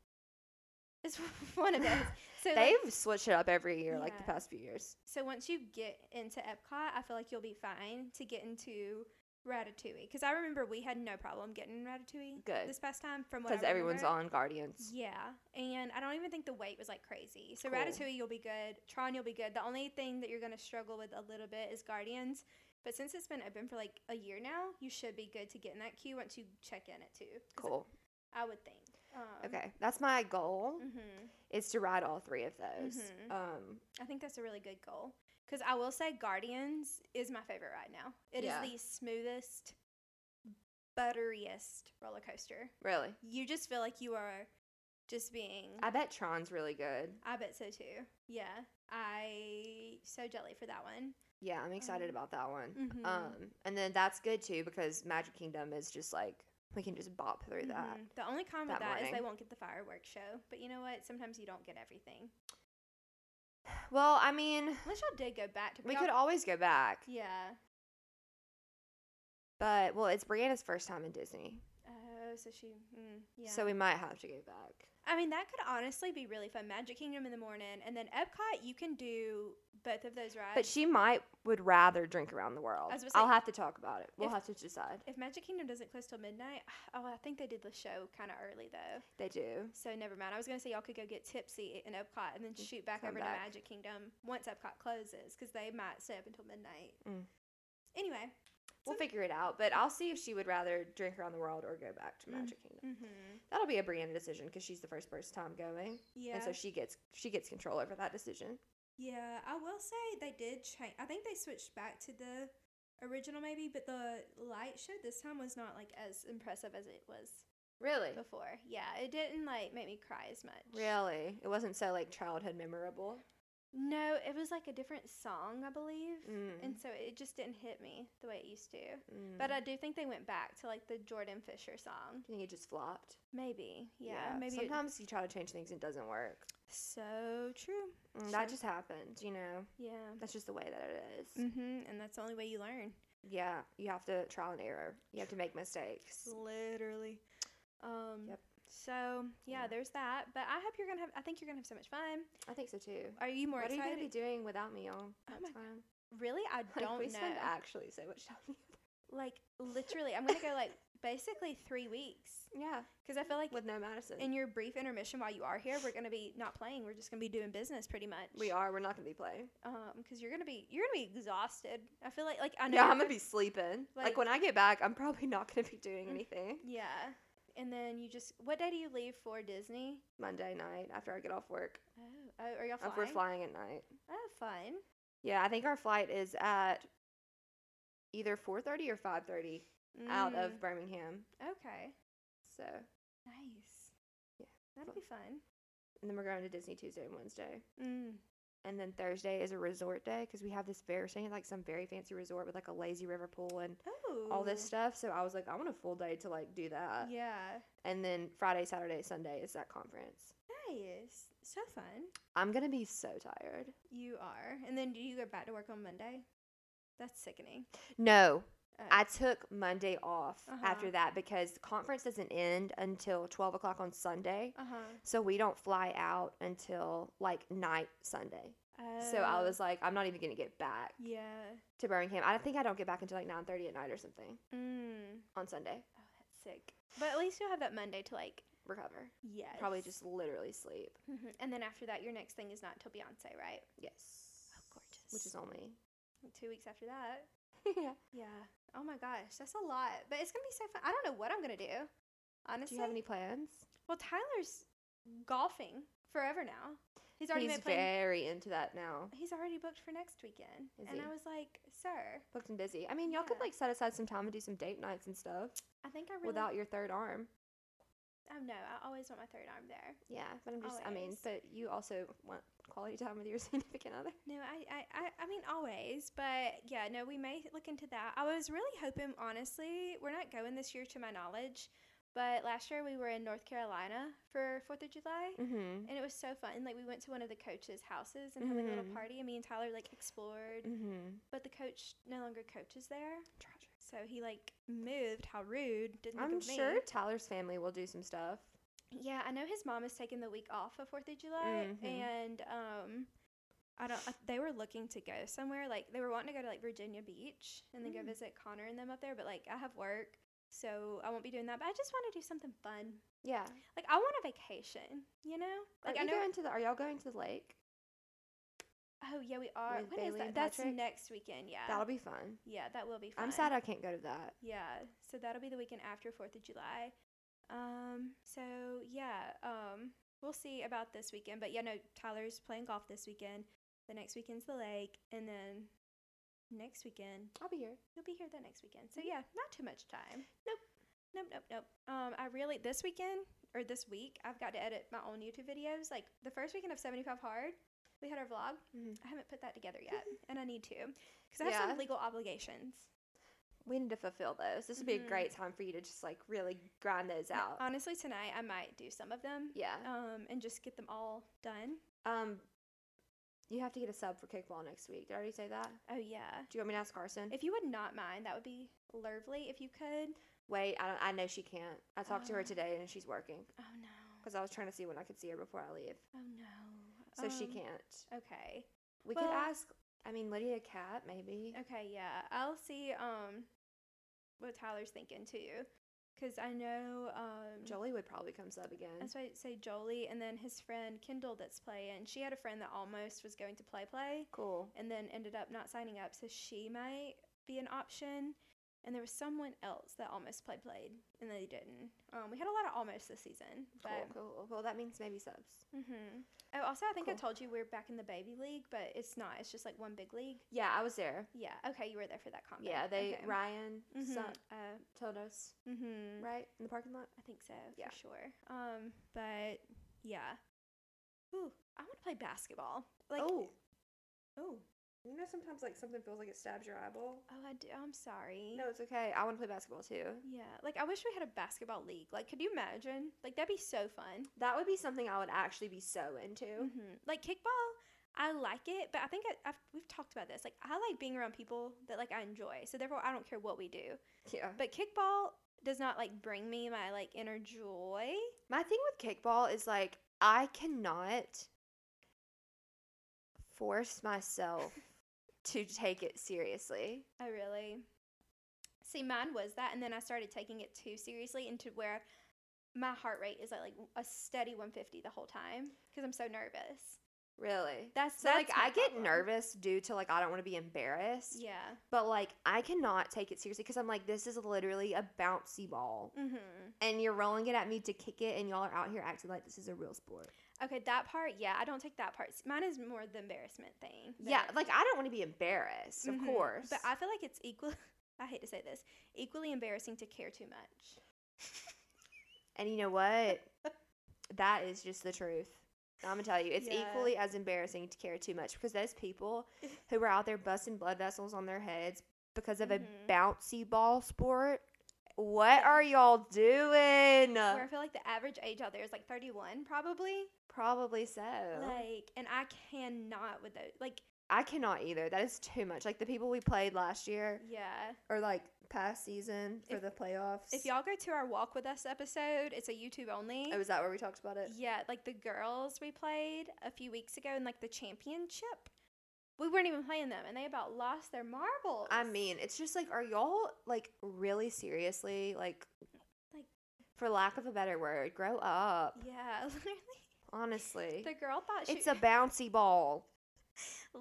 [SPEAKER 2] It's one of those. So, like,
[SPEAKER 1] They've switched it up every year, like the
[SPEAKER 2] Yeah.
[SPEAKER 1] past few years.
[SPEAKER 2] so once you get into Epcot, I feel like you'll be fine to get into Ratatouille. Because I remember we had no problem getting Ratatouille
[SPEAKER 1] Good.
[SPEAKER 2] this past time from what
[SPEAKER 1] Because
[SPEAKER 2] I
[SPEAKER 1] everyone's
[SPEAKER 2] remember.
[SPEAKER 1] on Guardians.
[SPEAKER 2] Yeah, and I don't even think the wait was like crazy. So
[SPEAKER 1] Cool.
[SPEAKER 2] Ratatouille, you'll be good. Tron, you'll be good. The only thing that you're gonna struggle with a little bit is Guardians. But since it's been open for like a year now, you should be good to get in that queue once you check in at two. 'Cause
[SPEAKER 1] Cool.
[SPEAKER 2] I would think. Um,
[SPEAKER 1] Okay, that's my goal
[SPEAKER 2] hmm
[SPEAKER 1] is to ride all three of those.
[SPEAKER 2] Mhm.
[SPEAKER 1] Um,
[SPEAKER 2] I think that's a really good goal. Because I will say, Guardians is my favorite right now. It is
[SPEAKER 1] Yeah.
[SPEAKER 2] the smoothest, butteriest roller coaster.
[SPEAKER 1] really,
[SPEAKER 2] You just feel like you are just being.
[SPEAKER 1] I bet Tron's really good.
[SPEAKER 2] I bet so too. Yeah. I. So jelly for that one.
[SPEAKER 1] Yeah, I'm excited
[SPEAKER 2] Um,
[SPEAKER 1] about that one.
[SPEAKER 2] mhm.
[SPEAKER 1] Um, and then that's good too because Magic Kingdom is just like we can just bop through that.
[SPEAKER 2] Mhm. The only con with
[SPEAKER 1] that
[SPEAKER 2] that is
[SPEAKER 1] morning.
[SPEAKER 2] they won't get the fireworks show. But you know what? Sometimes you don't get everything.
[SPEAKER 1] Well, I mean,
[SPEAKER 2] Unless y'all did go back to.
[SPEAKER 1] we
[SPEAKER 2] Mm-hmm. y'all-
[SPEAKER 1] could always go back,
[SPEAKER 2] Yeah.
[SPEAKER 1] but well, it's Brianna's first time in Disney,
[SPEAKER 2] Oh, so she. Mm, yeah.
[SPEAKER 1] so we might have to go back.
[SPEAKER 2] I mean, that could honestly be really fun. Magic Kingdom in the morning, and then Epcot, you can do both of those rides.
[SPEAKER 1] But she might would rather drink around the world.
[SPEAKER 2] I was gonna
[SPEAKER 1] I'll
[SPEAKER 2] say-
[SPEAKER 1] have to talk about it. We'll
[SPEAKER 2] If-
[SPEAKER 1] have to decide.
[SPEAKER 2] if Magic Kingdom doesn't close till midnight, oh, I think they did the show kind of early though.
[SPEAKER 1] They do.
[SPEAKER 2] So never mind. I was gonna say y'all could go get tipsy in Epcot and then shoot back
[SPEAKER 1] come
[SPEAKER 2] over
[SPEAKER 1] back.
[SPEAKER 2] to Magic Kingdom once Epcot closes because they might stay up until midnight.
[SPEAKER 1] Mm.
[SPEAKER 2] Anyway,
[SPEAKER 1] We'll
[SPEAKER 2] Some-
[SPEAKER 1] figure it out. But I'll see if she would rather drink around the world or go back to
[SPEAKER 2] Mm.
[SPEAKER 1] Magic Kingdom.
[SPEAKER 2] mm-hmm.
[SPEAKER 1] That'll be a Brianna decision because she's the first person time going,
[SPEAKER 2] yeah,
[SPEAKER 1] and so she gets she gets control over that decision.
[SPEAKER 2] yeah. I will say they did change. I think they switched back to the original maybe, but the light show this time was not like as impressive as it was
[SPEAKER 1] Really,
[SPEAKER 2] before. Yeah, it didn't like make me cry as much.
[SPEAKER 1] really, it wasn't so like childhood memorable.
[SPEAKER 2] No, it was like a different song, I believe.
[SPEAKER 1] Mm.
[SPEAKER 2] And so it just didn't hit me the way it used to.
[SPEAKER 1] Mm.
[SPEAKER 2] But I do think they went back to like the Jordan Fisher song.
[SPEAKER 1] you think it just flopped?
[SPEAKER 2] Maybe. Yeah. maybe it-
[SPEAKER 1] Sometimes you try to change things and it doesn't work.
[SPEAKER 2] so true.
[SPEAKER 1] Mm, That
[SPEAKER 2] Sure.
[SPEAKER 1] just happened, you know.
[SPEAKER 2] Yeah.
[SPEAKER 1] That's just the way that it is.
[SPEAKER 2] Mhm. And that's the only way you learn.
[SPEAKER 1] Yeah, you have to trial and error. You have to make mistakes.
[SPEAKER 2] Literally. Um
[SPEAKER 1] Yep.
[SPEAKER 2] So yeah,
[SPEAKER 1] Yeah.
[SPEAKER 2] there's that. But I hope you're gonna have. I think you're gonna have so much fun.
[SPEAKER 1] I think so too.
[SPEAKER 2] Are you more
[SPEAKER 1] what are you
[SPEAKER 2] excited?
[SPEAKER 1] gonna be doing without me, y'all?
[SPEAKER 2] Oh
[SPEAKER 1] That's
[SPEAKER 2] my
[SPEAKER 1] fine.
[SPEAKER 2] really, I
[SPEAKER 1] Like,
[SPEAKER 2] don't
[SPEAKER 1] we
[SPEAKER 2] know.
[SPEAKER 1] spend actually so much time.
[SPEAKER 2] Like literally, I'm gonna go like basically three weeks
[SPEAKER 1] yeah,
[SPEAKER 2] because I feel like
[SPEAKER 1] with no Madison.
[SPEAKER 2] in your brief intermission while you are here, we're gonna be not playing. We're just gonna be doing business pretty much.
[SPEAKER 1] we are. We're not gonna be playing.
[SPEAKER 2] because you're gonna be you're gonna be exhausted. I feel like like I know.
[SPEAKER 1] No,
[SPEAKER 2] you're
[SPEAKER 1] I'm gonna
[SPEAKER 2] pre-
[SPEAKER 1] be sleeping. Like,
[SPEAKER 2] like-
[SPEAKER 1] when I get back, I'm probably not gonna be doing
[SPEAKER 2] Mm.
[SPEAKER 1] anything.
[SPEAKER 2] Yeah, and then you just what day do you leave for Disney?
[SPEAKER 1] Monday night after I get off work,
[SPEAKER 2] Oh, oh are y'all flying?
[SPEAKER 1] if we're flying at night.
[SPEAKER 2] Oh, fun.
[SPEAKER 1] Yeah, I think our flight is at either 4:30 or 5:30 out of
[SPEAKER 2] Mm,
[SPEAKER 1] Birmingham.
[SPEAKER 2] Okay,
[SPEAKER 1] So,
[SPEAKER 2] nice.
[SPEAKER 1] Yeah.
[SPEAKER 2] that'll be fun.
[SPEAKER 1] and then we're going to Disney Tuesday and Wednesday.
[SPEAKER 2] Mm.
[SPEAKER 1] And then Thursday is a resort day because we have this very, we're staying at like some very fancy resort with like a lazy river pool and
[SPEAKER 2] Oh,
[SPEAKER 1] all this stuff. So I was like, I want a full day to like do that.
[SPEAKER 2] Yeah,
[SPEAKER 1] And then Friday, Saturday, Sunday is that conference.
[SPEAKER 2] nice. So fun.
[SPEAKER 1] I'm gonna be so tired.
[SPEAKER 2] You are. And then do you go back to work on Monday? That's sickening.
[SPEAKER 1] No,
[SPEAKER 2] Oh.
[SPEAKER 1] I took Monday off
[SPEAKER 2] Uh-huh.
[SPEAKER 1] after that because conference doesn't end until 12 o'clock on Sunday.
[SPEAKER 2] Uh huh.
[SPEAKER 1] So we don't fly out until like night Sunday. So
[SPEAKER 2] Oh.
[SPEAKER 1] I was like, I'm not even gonna get back
[SPEAKER 2] Uh, Yeah.
[SPEAKER 1] to Birmingham. I think I don't get back until like 9:30 at night or something
[SPEAKER 2] Mm.
[SPEAKER 1] on Sunday.
[SPEAKER 2] Oh, that's sick. But at least you'll have that Monday to like.
[SPEAKER 1] Recover.
[SPEAKER 2] Yes.
[SPEAKER 1] Probably just literally sleep.
[SPEAKER 2] Mhm. And then after that, your next thing is not till Beyonce, right?
[SPEAKER 1] Yes.
[SPEAKER 2] gorgeous.
[SPEAKER 1] Which is only.
[SPEAKER 2] Two weeks after that.
[SPEAKER 1] yeah.
[SPEAKER 2] Yeah. Oh my gosh, that's a lot. But it's gonna be so fun. I don't know what I'm gonna do.
[SPEAKER 1] Do
[SPEAKER 2] Honestly.
[SPEAKER 1] you have any plans?
[SPEAKER 2] well, Tyler's golfing forever now. He's already
[SPEAKER 1] He's
[SPEAKER 2] been playing.
[SPEAKER 1] very into that now.
[SPEAKER 2] He's already booked for next weekend.
[SPEAKER 1] Is he?
[SPEAKER 2] and I was like, sir,
[SPEAKER 1] Booked and busy. I mean, y'all could
[SPEAKER 2] Yeah.
[SPEAKER 1] like set aside some time and do some date nights and stuff
[SPEAKER 2] I think I really
[SPEAKER 1] without your third arm.
[SPEAKER 2] Oh no, I always want my third arm there.
[SPEAKER 1] Yeah, but I'm just, I mean,
[SPEAKER 2] Always.
[SPEAKER 1] but you also want quality time with your significant other.
[SPEAKER 2] No, I, I, I, I mean always, but yeah, no, we may look into that. I was really hoping, honestly, we're not going this year to my knowledge, but last year we were in North Carolina for Fourth of July,
[SPEAKER 1] Mm-hmm.
[SPEAKER 2] and it was so fun. Like we went to one of the coaches' houses and had like a little
[SPEAKER 1] Mhm.
[SPEAKER 2] party, and me and Tyler like explored,
[SPEAKER 1] Mm-hmm.
[SPEAKER 2] but the coach no longer coaches there, so he like moved. How rude! Didn't think
[SPEAKER 1] I'm
[SPEAKER 2] of me.
[SPEAKER 1] sure Tyler's family will do some stuff.
[SPEAKER 2] Yeah, I know his mom is taking the week off of Fourth of July,
[SPEAKER 1] Mhm.
[SPEAKER 2] and um, I don't. I- They were looking to go somewhere. Like they were wanting to go to like Virginia Beach and then
[SPEAKER 1] Mm.
[SPEAKER 2] go visit Connor and them up there. But like I have work, so I won't be doing that. But I just want to do something fun.
[SPEAKER 1] Yeah.
[SPEAKER 2] Like I want a vacation. You know. Like
[SPEAKER 1] are
[SPEAKER 2] I
[SPEAKER 1] you
[SPEAKER 2] know.
[SPEAKER 1] going to the? Are y'all going to the lake?
[SPEAKER 2] oh yeah, we are. When
[SPEAKER 1] with
[SPEAKER 2] is
[SPEAKER 1] Bailey
[SPEAKER 2] that?
[SPEAKER 1] and
[SPEAKER 2] That's
[SPEAKER 1] Patrick?
[SPEAKER 2] next weekend. Yeah.
[SPEAKER 1] That'll be Uh, fun.
[SPEAKER 2] yeah, that will be fun.
[SPEAKER 1] I'm sad I can't go to that.
[SPEAKER 2] Yeah, so that'll be the weekend after Fourth of July. Um, so yeah, um, we'll see about this weekend. But yeah, no, Tyler's playing golf this weekend. The next weekend's the lake, and then next weekend
[SPEAKER 1] I'll be here.
[SPEAKER 2] he'll be here the next weekend. So
[SPEAKER 1] Mhm.
[SPEAKER 2] yeah, not too much time.
[SPEAKER 1] Nope.
[SPEAKER 2] Nope, nope, nope. Um, I really this weekend or this week I've got to edit my own YouTube videos. Like the first weekend of seventy five hard, we had our vlog.
[SPEAKER 1] Mhm.
[SPEAKER 2] I haven't put that together yet, and I need to because I have
[SPEAKER 1] Yeah.
[SPEAKER 2] some legal obligations.
[SPEAKER 1] We need to fulfill those. This would be
[SPEAKER 2] Mhm.
[SPEAKER 1] a great time for you to just like really grind those
[SPEAKER 2] No,
[SPEAKER 1] out.
[SPEAKER 2] Honestly, tonight I might do some of them.
[SPEAKER 1] Yeah.
[SPEAKER 2] Um, and just get them all done.
[SPEAKER 1] Um, you have to get a sub for kickball next week. Did I already say that?
[SPEAKER 2] Oh yeah.
[SPEAKER 1] Do you want me to ask Carson?
[SPEAKER 2] If you would not mind, that would be lovely if you could.
[SPEAKER 1] Wait, I, don't, I know she can't. I talked to her
[SPEAKER 2] Oh.
[SPEAKER 1] today and she's working
[SPEAKER 2] Oh no.
[SPEAKER 1] because I was trying to see when I could see her before I leave.
[SPEAKER 2] Oh no.
[SPEAKER 1] So she
[SPEAKER 2] Um,
[SPEAKER 1] can't.
[SPEAKER 2] Okay.
[SPEAKER 1] We
[SPEAKER 2] well-
[SPEAKER 1] could ask, I mean, Lydia Cat, maybe.
[SPEAKER 2] Okay. Yeah. I'll see. Um, what Tyler's thinking too, because I know. Um,
[SPEAKER 1] Jolie would probably come sub again.
[SPEAKER 2] That's why I say Jolie, and then his friend Kendall that's playing. She had a friend that almost was going to play play.
[SPEAKER 1] cool.
[SPEAKER 2] and then ended up not signing up, so she might be an option. And there was someone else that almost played played, and they didn't. Um, we had a lot of almost this season, but
[SPEAKER 1] Cool, cool. Well, that means maybe subs.
[SPEAKER 2] hmm oh, also I think I
[SPEAKER 1] Cool.
[SPEAKER 2] told you we're back in the baby league, but it's not. It's just like one big league.
[SPEAKER 1] Yeah, I was there.
[SPEAKER 2] Yeah. Okay, you were there for that combo.
[SPEAKER 1] Yeah, they,
[SPEAKER 2] okay.
[SPEAKER 1] Ryan
[SPEAKER 2] Mhm,
[SPEAKER 1] son-
[SPEAKER 2] uh,
[SPEAKER 1] told us,
[SPEAKER 2] mhm,
[SPEAKER 1] right? In the parking lot?
[SPEAKER 2] I think so
[SPEAKER 1] Yeah.
[SPEAKER 2] for sure. Um, but yeah. Ooh, I want to play basketball. Like
[SPEAKER 1] Oh.
[SPEAKER 2] oh
[SPEAKER 1] You know, sometimes like something feels like it stabs your eyeball.
[SPEAKER 2] oh I do. I'm sorry.
[SPEAKER 1] No, it's okay. I want to play basketball too.
[SPEAKER 2] Yeah, like I wish we had a basketball league. Like, could you imagine? Like, that'd be so fun.
[SPEAKER 1] That would be something I would actually be so into.
[SPEAKER 2] Like kickball, I like it, but I think I, I've, we've talked about this. Like, I like being around people that like I enjoy, so therefore I don't care what we do.
[SPEAKER 1] Yeah.
[SPEAKER 2] But kickball does not like bring me my like inner joy.
[SPEAKER 1] My thing with kickball is like I cannot force myself to take it seriously.
[SPEAKER 2] I really. See, mine was that, and then I started taking it too seriously, into where my heart rate is at like a steady 150 the whole time because I'm so nervous.
[SPEAKER 1] Really.
[SPEAKER 2] That's
[SPEAKER 1] So like
[SPEAKER 2] that's my
[SPEAKER 1] I get
[SPEAKER 2] problem.
[SPEAKER 1] nervous due to like I don't want to be embarrassed,
[SPEAKER 2] Yeah.
[SPEAKER 1] but like I cannot take it seriously because I'm like this is literally a bouncy ball
[SPEAKER 2] Mm-hmm.
[SPEAKER 1] and you're rolling it at me to kick it and y'all are out here acting like this is a real sport.
[SPEAKER 2] Okay, that part. Yeah, I don't take that part. s- Mine is more the embarrassment thing. than
[SPEAKER 1] Yeah,
[SPEAKER 2] everything.
[SPEAKER 1] like I don't want to be embarrassed, of
[SPEAKER 2] Mhm.
[SPEAKER 1] course.
[SPEAKER 2] But I feel like it's equal. I hate to say this, equally embarrassing to care too much.
[SPEAKER 1] and you know what? that is just the truth. I'm gonna tell you, it's
[SPEAKER 2] Yeah.
[SPEAKER 1] equally as embarrassing to care too much because those people who were out there busting blood vessels on their heads because of
[SPEAKER 2] Mhm.
[SPEAKER 1] a bouncy ball sport, what
[SPEAKER 2] Yeah.
[SPEAKER 1] are y'all doing?
[SPEAKER 2] Where I feel like the average age out there is like 31, probably.
[SPEAKER 1] Probably so.
[SPEAKER 2] Like, and I cannot with those. Like,
[SPEAKER 1] I cannot either. That is too much. Like the people we played last year
[SPEAKER 2] yeah.
[SPEAKER 1] or like past season for
[SPEAKER 2] If-
[SPEAKER 1] the playoffs.
[SPEAKER 2] If y'all go to our Walk With Us episode, it's a YouTube only.
[SPEAKER 1] Oh, is that where we talked about it?
[SPEAKER 2] Yeah, like the girls we played a few weeks ago in like the championship. We weren't even playing them and they about lost their marbles.
[SPEAKER 1] I mean, it's just like, are y'all like really seriously like,
[SPEAKER 2] Like-
[SPEAKER 1] for lack of a better word, grow up?
[SPEAKER 2] Yeah, literally.
[SPEAKER 1] Honestly,
[SPEAKER 2] The girl thought she
[SPEAKER 1] it's a bouncy ball.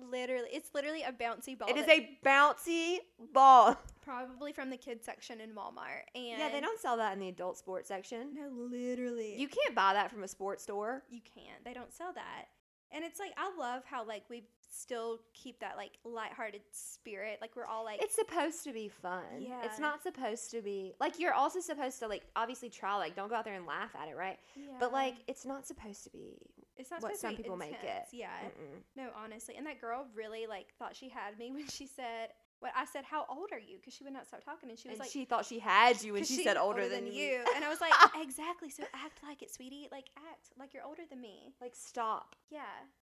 [SPEAKER 2] literally it's literally a bouncy ball.
[SPEAKER 1] It is
[SPEAKER 2] that-
[SPEAKER 1] a bouncy ball.
[SPEAKER 2] probably from the kids section in Walmart. And
[SPEAKER 1] Yeah, they don't sell that in the adult sports section.
[SPEAKER 2] No, literally.
[SPEAKER 1] You can't buy that from a sports store.
[SPEAKER 2] you can't. They don't sell that. And it's like I love how like we still keep that like lighthearted spirit. Like we're all like
[SPEAKER 1] It's supposed to be fun.
[SPEAKER 2] Yeah.
[SPEAKER 1] It's not supposed to be like you're also supposed to like obviously try like don't go out there and laugh at it, right?
[SPEAKER 2] Yeah.
[SPEAKER 1] But like it's not supposed to be.
[SPEAKER 2] it's not
[SPEAKER 1] what
[SPEAKER 2] supposed to
[SPEAKER 1] some
[SPEAKER 2] be
[SPEAKER 1] people Mm. make it.
[SPEAKER 2] intense. Yeah.
[SPEAKER 1] Mm-mm.
[SPEAKER 2] No, honestly. And that girl really like thought she had me when she said, "What I said, how old are you?" Because she would not stop talking, and she was
[SPEAKER 1] and
[SPEAKER 2] like,
[SPEAKER 1] she thought she had you when
[SPEAKER 2] '"'Cause
[SPEAKER 1] she,
[SPEAKER 2] she's
[SPEAKER 1] said older, than, you.
[SPEAKER 2] and I was like, "Exactly. So act like it, sweetie. Like act like you're older than me."
[SPEAKER 1] Like stop.
[SPEAKER 2] Yeah.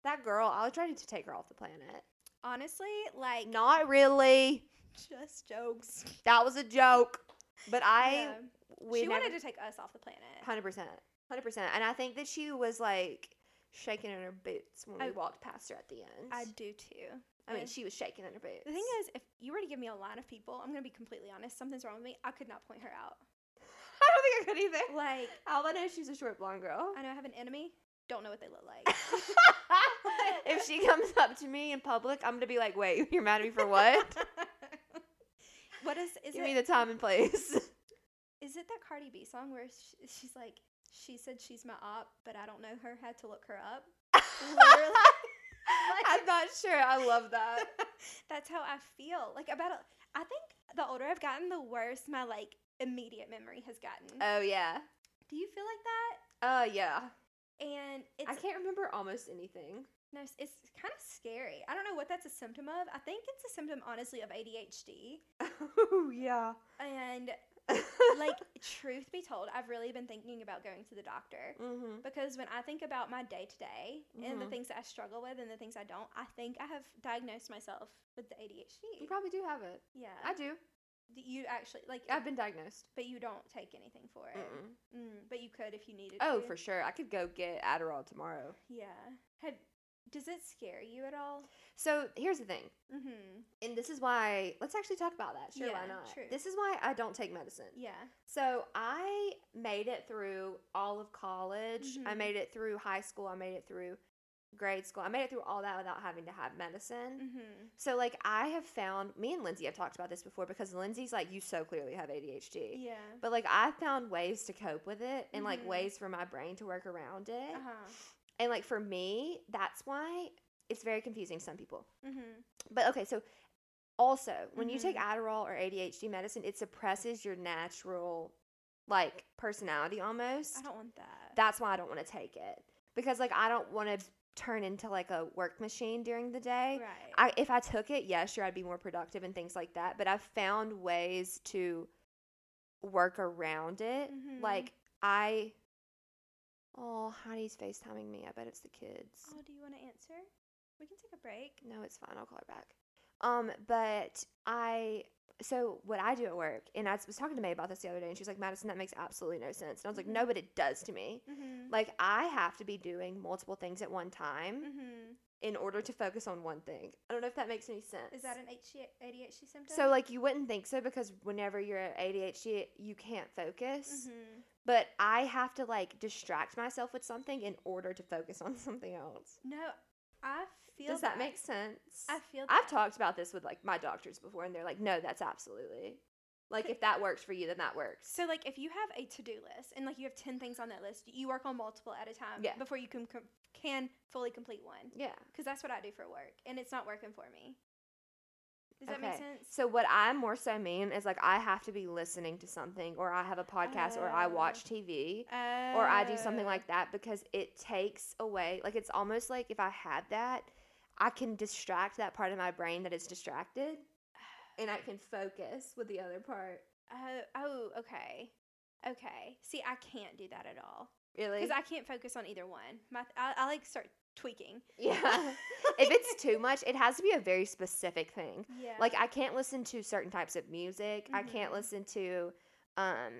[SPEAKER 1] That girl, I was trying to take her off the planet.
[SPEAKER 2] Honestly, like
[SPEAKER 1] Not really.
[SPEAKER 2] just jokes.
[SPEAKER 1] That was a joke. But I
[SPEAKER 2] Yeah.
[SPEAKER 1] we
[SPEAKER 2] she
[SPEAKER 1] never,
[SPEAKER 2] wanted to take us off the planet.
[SPEAKER 1] hundred percent, hundred percent. And I think that she was like shaking in her boots when
[SPEAKER 2] I-
[SPEAKER 1] we walked past her at the end.
[SPEAKER 2] I do too.
[SPEAKER 1] I mean,
[SPEAKER 2] and-
[SPEAKER 1] she was shaking in her boots.
[SPEAKER 2] The thing is, if you were to give me a line of people, I'm gonna be completely honest. Something's wrong with me. I could not point her out.
[SPEAKER 1] I don't think I could either.
[SPEAKER 2] Like
[SPEAKER 1] All I know is she's a short blonde girl.
[SPEAKER 2] I know I have an enemy. Don't know what they look like.
[SPEAKER 1] if she comes up to me in public, I'm gonna be like, "Wait, you're mad at me for what?
[SPEAKER 2] what is is
[SPEAKER 1] Give
[SPEAKER 2] it?
[SPEAKER 1] me the time and place."
[SPEAKER 2] is it that Cardi B song where sh she's like, she said she's my op, but I don't know her, had to look her up? Literally.
[SPEAKER 1] I'm not sure. I love that.
[SPEAKER 2] That's how I feel. Like, about, a, I think the older I've gotten, the worse my, like, immediate memory has gotten.
[SPEAKER 1] Oh yeah.
[SPEAKER 2] Do you feel like that?
[SPEAKER 1] Oh yeah.
[SPEAKER 2] And
[SPEAKER 1] I
[SPEAKER 2] it's,
[SPEAKER 1] can't remember almost anything.
[SPEAKER 2] no, it's- it's kind of scary. I don't know what that's a symptom of. I think it's a symptom, honestly, of ADHD.
[SPEAKER 1] oh yeah.
[SPEAKER 2] And, like, truth be told, I've really been thinking about going to the doctor.
[SPEAKER 1] mm-hmm.
[SPEAKER 2] because when I think about my day to day and the
[SPEAKER 1] Mhm.
[SPEAKER 2] things that I struggle with and the things I don't, I think I have diagnosed myself with the
[SPEAKER 1] You
[SPEAKER 2] ADHD.
[SPEAKER 1] probably do have it.
[SPEAKER 2] Yeah,
[SPEAKER 1] I do.
[SPEAKER 2] D- you actually like,
[SPEAKER 1] I've been diagnosed.
[SPEAKER 2] but you don't take anything for it.
[SPEAKER 1] Mm-mm.
[SPEAKER 2] Mm, but you could if you needed.
[SPEAKER 1] Oh,
[SPEAKER 2] to.
[SPEAKER 1] for sure. I could go get Adderall tomorrow.
[SPEAKER 2] yeah. Have, does it scare you at all?
[SPEAKER 1] So here's the thing,
[SPEAKER 2] Mm-hmm.
[SPEAKER 1] and this is why. Let's actually talk about that. Sure,
[SPEAKER 2] Yeah,
[SPEAKER 1] why not?
[SPEAKER 2] true.
[SPEAKER 1] This is why I don't take medicine.
[SPEAKER 2] Yeah.
[SPEAKER 1] So I made it through all of college. I
[SPEAKER 2] Mhm.
[SPEAKER 1] made it through high school. I made it through grade school. I made it through all that without having to have medicine.
[SPEAKER 2] Mm-hmm.
[SPEAKER 1] So like I have found me and Lindsay have talked about this before because Lindsay's like you so clearly have ADHD.
[SPEAKER 2] Yeah.
[SPEAKER 1] But like I found ways to cope with it and like
[SPEAKER 2] Mhm.
[SPEAKER 1] ways for my brain to work around it.
[SPEAKER 2] Uh huh.
[SPEAKER 1] And like for me, that's why it's very confusing to some people.
[SPEAKER 2] Mm-hmm.
[SPEAKER 1] But okay, so also when you take
[SPEAKER 2] Mhm.
[SPEAKER 1] Adderall or ADHD medicine, it suppresses your natural like personality almost.
[SPEAKER 2] I don't want that.
[SPEAKER 1] That's why I don't want to take it because like I don't want to turn into like a work machine during the day.
[SPEAKER 2] right.
[SPEAKER 1] I, if I took it, yeah, sure, I'd be more productive and things like that. But I've found ways to work around it.
[SPEAKER 2] Mhm.
[SPEAKER 1] Like I, oh, Heidi's FaceTiming me. I bet it's the kids.
[SPEAKER 2] oh, do you want to answer? We can take a break.
[SPEAKER 1] No, it's fine. I'll call her back. Um, but I so what I do at work, and I was talking to May about this the other day, and she was like, Madison, that makes absolutely no sense. And I was like,
[SPEAKER 2] Mhm.
[SPEAKER 1] No, but it does to me.
[SPEAKER 2] Mm-hmm.
[SPEAKER 1] Like I have to be doing multiple things at one time
[SPEAKER 2] Mm-hmm.
[SPEAKER 1] in order to focus on one thing. I don't know if that makes any sense.
[SPEAKER 2] Is that an E, HG ADHD symptom?
[SPEAKER 1] so like you wouldn't think so because whenever you're at ADHD you can't focus.
[SPEAKER 2] Mm-hmm.
[SPEAKER 1] But I have to like distract myself with something in order to focus on something else.
[SPEAKER 2] No, I feel.
[SPEAKER 1] Does that, make sense?
[SPEAKER 2] I feel.
[SPEAKER 1] I've
[SPEAKER 2] that.
[SPEAKER 1] talked about this with like my doctors before, and they're like, no, that's absolutely. Like, if that works for you, then that works.
[SPEAKER 2] So like, if you have a to-do list and like you have ten things on that list, you work on multiple at a time
[SPEAKER 1] Yeah.
[SPEAKER 2] before you can com- can fully complete one.
[SPEAKER 1] Yeah.
[SPEAKER 2] Because that's what I do for work, and it's not working for me. Does that make
[SPEAKER 1] Okay.
[SPEAKER 2] sense?
[SPEAKER 1] So, what I more so mean is like, I have to be listening to something, or I have a podcast, or I
[SPEAKER 2] Oh.
[SPEAKER 1] watch TV, or I do something
[SPEAKER 2] Oh.
[SPEAKER 1] like that because it takes away, like, it's almost like if I had that, I can distract that part of my brain that is distracted and I can focus with the other part.
[SPEAKER 2] Oh, oh, okay, okay. See, I can't do that at all
[SPEAKER 1] Really?
[SPEAKER 2] because I can't focus on either one. My, I, I like start tweaking.
[SPEAKER 1] yeah. if it's too much, it has to be a very specific thing.
[SPEAKER 2] yeah,
[SPEAKER 1] like i can't listen to certain types of music i can't
[SPEAKER 2] Mhm.
[SPEAKER 1] listen to um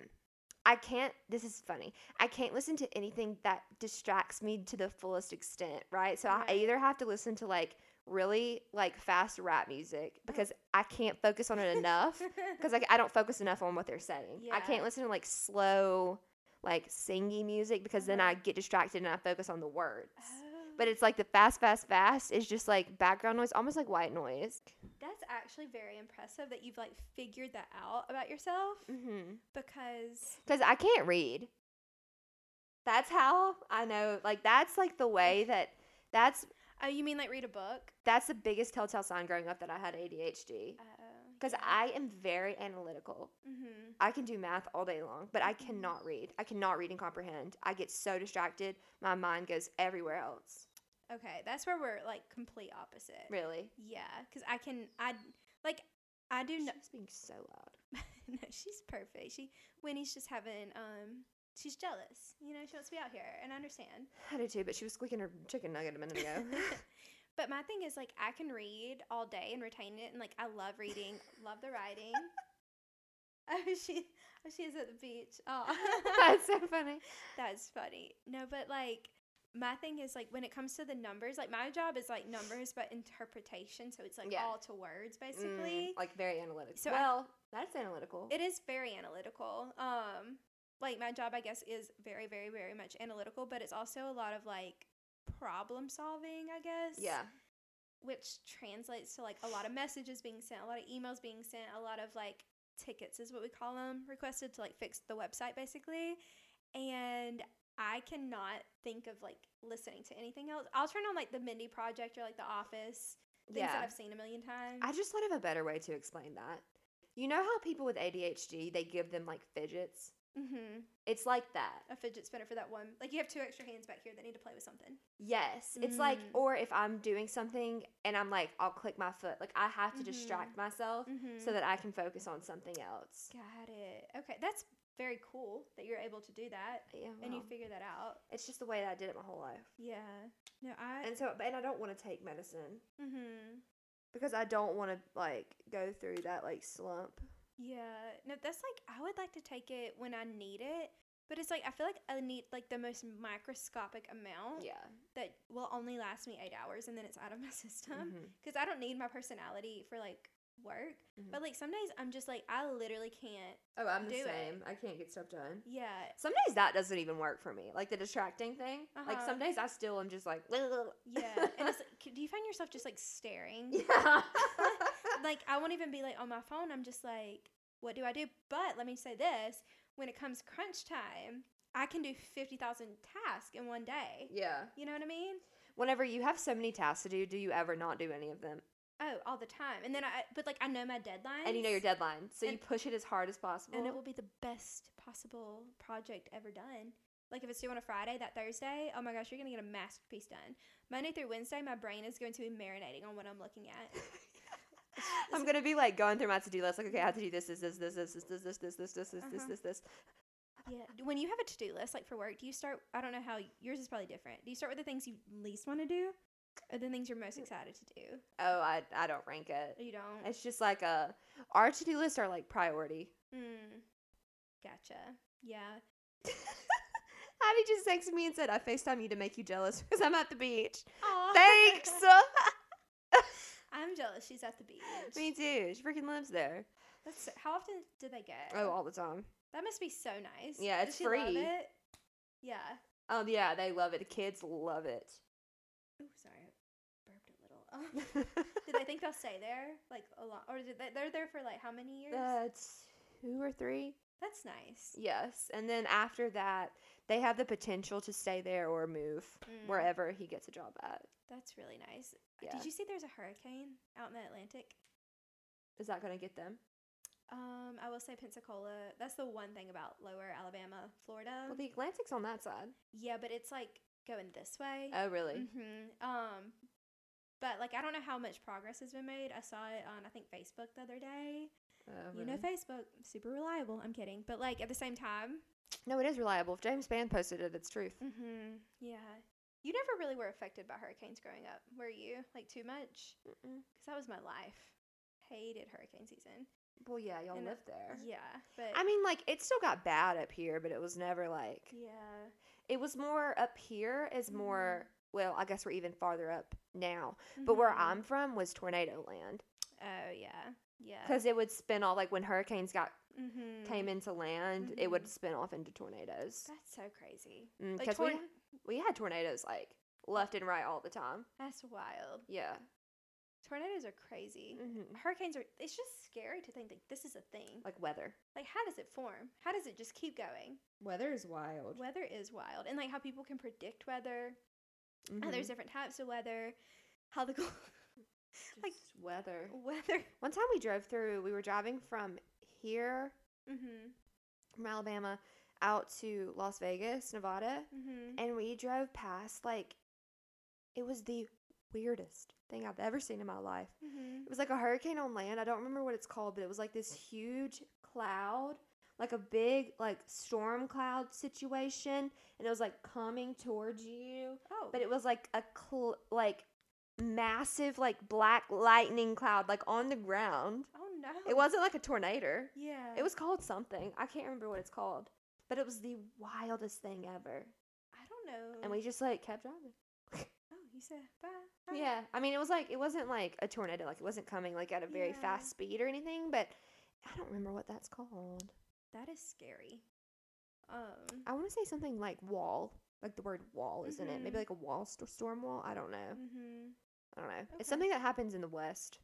[SPEAKER 1] i can't this is funny i can't listen to anything that distracts me to the fullest extent right so i
[SPEAKER 2] Right.
[SPEAKER 1] either have to listen to like really like fast rap music
[SPEAKER 2] Mm-hmm.
[SPEAKER 1] because i can't focus on it enough because like i don't focus enough on what they're saying i
[SPEAKER 2] Yeah.
[SPEAKER 1] can't listen to like slow like singy music because then
[SPEAKER 2] Uh-huh.
[SPEAKER 1] i get distracted and i focus on the words
[SPEAKER 2] Oh,
[SPEAKER 1] but it's like the fast fast fast is just like background noise almost like white noise
[SPEAKER 2] that's actually very impressive that you've like figured that out about yourself
[SPEAKER 1] mm-hmm.
[SPEAKER 2] because
[SPEAKER 1] because I can't read. That's how I know. Like that's like the way that that's
[SPEAKER 2] oh, you mean like read a book?
[SPEAKER 1] that's the biggest telltale sign growing up that I had ADHD. Because I am very analytical.
[SPEAKER 2] Oh, mm-hmm.
[SPEAKER 1] I can do math all day long, but I
[SPEAKER 2] Mhm.
[SPEAKER 1] cannot read. I cannot read and comprehend. I get so distracted. My mind goes everywhere else.
[SPEAKER 2] Okay, that's where we're like complete opposite.
[SPEAKER 1] Really.
[SPEAKER 2] Yeah, because I can I like I do know.
[SPEAKER 1] She's being so loud.
[SPEAKER 2] no, she's perfect. She Winnie's just having um she's jealous. You know, she wants to be out here and I understand.
[SPEAKER 1] I do too, but she was squeaking her chicken nugget a minute ago.
[SPEAKER 2] but my thing is like I can read all day and retain it and like I love reading, love the writing. Oh she oh, she is at the beach. Oh
[SPEAKER 1] that's so funny.
[SPEAKER 2] that's funny. No, but like my thing is like when it comes to the numbers, like my job is like numbers but interpretation. So it's like
[SPEAKER 1] Yeah.
[SPEAKER 2] all to words
[SPEAKER 1] Mm,
[SPEAKER 2] basically.
[SPEAKER 1] like very analytical.
[SPEAKER 2] So I-
[SPEAKER 1] well, that's analytical.
[SPEAKER 2] It is very analytical. Um, like my job, I guess, is very, very, very much analytical, but it's also a lot of like problem solving, I guess.
[SPEAKER 1] yeah.
[SPEAKER 2] Which translates to like a lot of messages being sent, a lot of emails being sent, a lot of like tickets is what we call them, requested to like fix the website basically. And I cannot think of like listening to anything else. I'll turn on like the Mindy Project or like The Office, things
[SPEAKER 1] yeah.
[SPEAKER 2] that I've seen a million times.
[SPEAKER 1] I just thought of a better way to explain that. You know how people with ADHD they give them like fidgets?
[SPEAKER 2] mm-hmm.
[SPEAKER 1] It's like that.
[SPEAKER 2] a fidget spinner for that one. Like you have two extra hands back here that need to play with something.
[SPEAKER 1] Yes. It's like
[SPEAKER 2] Mm.
[SPEAKER 1] or if I'm doing something and I'm like I'll click my foot. Like I have to
[SPEAKER 2] Mhm.
[SPEAKER 1] distract myself
[SPEAKER 2] Mm-hmm.
[SPEAKER 1] so that I can focus on something else.
[SPEAKER 2] got it. Okay, that's very cool that you're able to do that
[SPEAKER 1] Yeah.
[SPEAKER 2] and you
[SPEAKER 1] well,
[SPEAKER 2] figure that out.
[SPEAKER 1] it's just the way that I did it my whole life.
[SPEAKER 2] Yeah. No, I.
[SPEAKER 1] And so and I don't want to take medicine
[SPEAKER 2] mm-hmm.
[SPEAKER 1] because I don't want to like go through that like slump.
[SPEAKER 2] Yeah. No, that's like I would like to take it when I need it, but it's like I feel like I need like the most microscopic amount
[SPEAKER 1] Yeah.
[SPEAKER 2] that will only last me eight hours and then it's out of my system
[SPEAKER 1] Mhm.
[SPEAKER 2] because I don't need my personality for like work.
[SPEAKER 1] Mhm.
[SPEAKER 2] But like some days I'm just like I literally can't.
[SPEAKER 1] Oh, I'm the
[SPEAKER 2] do it.
[SPEAKER 1] same. I can't get stuff done.
[SPEAKER 2] Yeah.
[SPEAKER 1] Some days that doesn't even work for me. Like the distracting thing. Like
[SPEAKER 2] Uh-huh.
[SPEAKER 1] some days I still am just like,
[SPEAKER 2] Yeah. And it's, like, do you find yourself just like staring?
[SPEAKER 1] yeah.
[SPEAKER 2] like I won't even be like on my phone. I'm just like, what do I do? But let me say this: when it comes crunch time, I can do fifty thousand tasks in one day.
[SPEAKER 1] yeah.
[SPEAKER 2] You know what I mean?
[SPEAKER 1] Whenever you have so many tasks to do, do you ever not do any of them?
[SPEAKER 2] Oh, all the time. And then I, but like I know my deadline,
[SPEAKER 1] And you know your deadline, so you
[SPEAKER 2] And-
[SPEAKER 1] push it as hard as possible.
[SPEAKER 2] and it will be the best possible project ever done. Like if it's due on a Friday, that Thursday, oh my gosh, you're gonna get a masterpiece done. Monday through Wednesday, my brain is going to be marinating on what I'm looking at.
[SPEAKER 1] I'm gonna be like going through my to do list, like okay, I have to do this, this, this, this, this, this, this, this, this, this, this, this, this,
[SPEAKER 2] Uh-huh.
[SPEAKER 1] this, this.
[SPEAKER 2] Yeah. d- When you have a to do list, like for work, do you start? I don't know how yours is probably different. Do you start with the things you least want to do, Are the things you're most excited to do?
[SPEAKER 1] Oh, I I don't rank it.
[SPEAKER 2] You don't.
[SPEAKER 1] It's just like a our to do lists are like priority.
[SPEAKER 2] Mm. Gotcha. Yeah.
[SPEAKER 1] Abby just texted me and said, I FaceTime you to make you jealous because I'm at the beach.
[SPEAKER 2] Aw.
[SPEAKER 1] Thanks.
[SPEAKER 2] I'm jealous. She's at the beach.
[SPEAKER 1] me too. She freaking lives there.
[SPEAKER 2] That's so, how often do they go?
[SPEAKER 1] Oh, all the time.
[SPEAKER 2] that must be so nice.
[SPEAKER 1] Yeah,
[SPEAKER 2] Does
[SPEAKER 1] it's
[SPEAKER 2] she love
[SPEAKER 1] free.
[SPEAKER 2] it? Yeah.
[SPEAKER 1] Oh, yeah, they love it. Kids love it.
[SPEAKER 2] Oh, sorry, I burped a little. Um, did they think they'll stay there like a lot, or did they, they're there for like how many years?
[SPEAKER 1] Uh, That's two or three.
[SPEAKER 2] That's nice.
[SPEAKER 1] Yes. And then after that, they have the potential to stay there or move
[SPEAKER 2] Mm.
[SPEAKER 1] wherever he gets a job at.
[SPEAKER 2] That's really nice.
[SPEAKER 1] Yeah.
[SPEAKER 2] Did you see there's a hurricane out in the Atlantic?
[SPEAKER 1] Is that going to get them?
[SPEAKER 2] Um, I will say Pensacola. That's the one thing about lower Alabama, Florida.
[SPEAKER 1] Well, the Atlantic's on that side.
[SPEAKER 2] yeah, but it's like going this way.
[SPEAKER 1] Oh, really?
[SPEAKER 2] hmm Um, but like I don't know how much progress has been made. I saw it on I think Facebook the other day.
[SPEAKER 1] Oh,
[SPEAKER 2] You know
[SPEAKER 1] really?
[SPEAKER 2] Facebook, super reliable. I'm kidding, but like at the same time,
[SPEAKER 1] no, it is reliable. If James Band posted it, it's truth.
[SPEAKER 2] hmm yeah. You never really were affected by hurricanes growing up, were you? Like too much?
[SPEAKER 1] Mm-mm.
[SPEAKER 2] Because that was my life. Hated hurricane season.
[SPEAKER 1] Well, yeah, y'all
[SPEAKER 2] And, uh,
[SPEAKER 1] live there.
[SPEAKER 2] Yeah, but
[SPEAKER 1] I mean, like, it still got bad up here, but it was never like.
[SPEAKER 2] yeah, Mm-hmm.
[SPEAKER 1] It was more up here, is more. Well, I guess we're even farther up now. But where
[SPEAKER 2] Mhm.
[SPEAKER 1] I'm from was tornado land.
[SPEAKER 2] Oh yeah, yeah.
[SPEAKER 1] Because it would spin all, like, when hurricanes got
[SPEAKER 2] Mm-hmm.
[SPEAKER 1] came into land, it would spin off into tornadoes.
[SPEAKER 2] That's so crazy. Like
[SPEAKER 1] Because
[SPEAKER 2] torn-
[SPEAKER 1] we, we had tornadoes, like, left and right all the time.
[SPEAKER 2] That's wild.
[SPEAKER 1] Yeah.
[SPEAKER 2] Tornadoes are crazy.
[SPEAKER 1] hmm
[SPEAKER 2] Hurricanes are. It's just scary to think that this is a thing.
[SPEAKER 1] Like, weather.
[SPEAKER 2] Like, how does it form? How does it just keep going?
[SPEAKER 1] Weather is wild.
[SPEAKER 2] Weather is wild, and like how people can predict weather.
[SPEAKER 1] oh, Mm-hmm.
[SPEAKER 2] How there's different types of weather. How the gl- like-
[SPEAKER 1] weather.
[SPEAKER 2] weather.
[SPEAKER 1] One time we drove through, we were driving from here,
[SPEAKER 2] Mm-hmm.
[SPEAKER 1] from Alabama, out to Las Vegas, Nevada,
[SPEAKER 2] Mm-hmm.
[SPEAKER 1] and we drove past like it was the weirdest thing I've ever seen in my life.
[SPEAKER 2] Mm-hmm.
[SPEAKER 1] It was like a hurricane on land. I don't remember what it's called, but it was like this huge cloud, like a big like storm cloud situation, and it was like coming towards you,
[SPEAKER 2] Oh,
[SPEAKER 1] but it was like a cl- like massive like black lightning cloud like on the ground.
[SPEAKER 2] oh no.
[SPEAKER 1] It wasn't like a tornado.
[SPEAKER 2] Yeah.
[SPEAKER 1] It was called something. I can't remember what it's called, but it was the wildest thing ever.
[SPEAKER 2] I don't know.
[SPEAKER 1] And we just like kept driving.
[SPEAKER 2] Oh, you said bye. bye.
[SPEAKER 1] Yeah. I mean, it was like it wasn't like a tornado. Like it wasn't coming like at a very
[SPEAKER 2] Yeah.
[SPEAKER 1] fast speed or anything, but I don't remember what that's called.
[SPEAKER 2] That is scary. Um.
[SPEAKER 1] I want to say something like wall. Like the word wall is in it.
[SPEAKER 2] Mhm.
[SPEAKER 1] Maybe like a wall st- storm wall. I don't know.
[SPEAKER 2] Mm-hmm.
[SPEAKER 1] I don't know.
[SPEAKER 2] Okay.
[SPEAKER 1] It's something that happens in the west.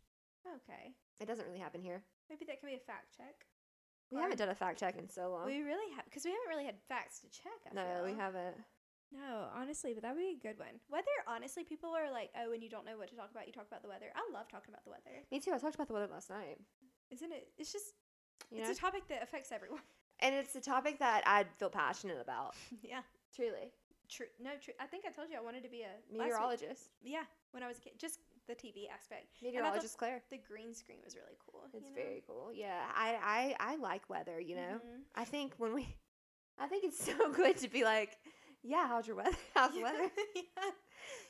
[SPEAKER 2] Okay.
[SPEAKER 1] It doesn't really happen here.
[SPEAKER 2] Maybe that can be a fact check.
[SPEAKER 1] We
[SPEAKER 2] Or-
[SPEAKER 1] haven't done a fact check in so long.
[SPEAKER 2] We really have, because we haven't really had facts to check. I
[SPEAKER 1] no, we
[SPEAKER 2] feel.
[SPEAKER 1] haven't.
[SPEAKER 2] No, honestly, but that would be a good one. Weather, honestly, people are like, oh, when you don't know what to talk about, you talk about the weather. I love talking about the weather.
[SPEAKER 1] Me too. I talked about the weather last night.
[SPEAKER 2] Isn't it? It's just,
[SPEAKER 1] You
[SPEAKER 2] it's
[SPEAKER 1] know?
[SPEAKER 2] a topic that affects everyone.
[SPEAKER 1] and it's a topic that I feel passionate about.
[SPEAKER 2] yeah.
[SPEAKER 1] Truly.
[SPEAKER 2] True. No, true. I think I told you I wanted to be a last week-
[SPEAKER 1] Meteorologist.
[SPEAKER 2] Yeah, when I was a kid. Just the TV aspect.
[SPEAKER 1] Meteorologist Claire.
[SPEAKER 2] The green screen was really cool.
[SPEAKER 1] It's very cool. Yeah. I, I I like weather, you
[SPEAKER 2] Mm-hmm.
[SPEAKER 1] know. I think when we I think it's so good to be like, yeah, how's your weather? How's the weather?
[SPEAKER 2] yeah.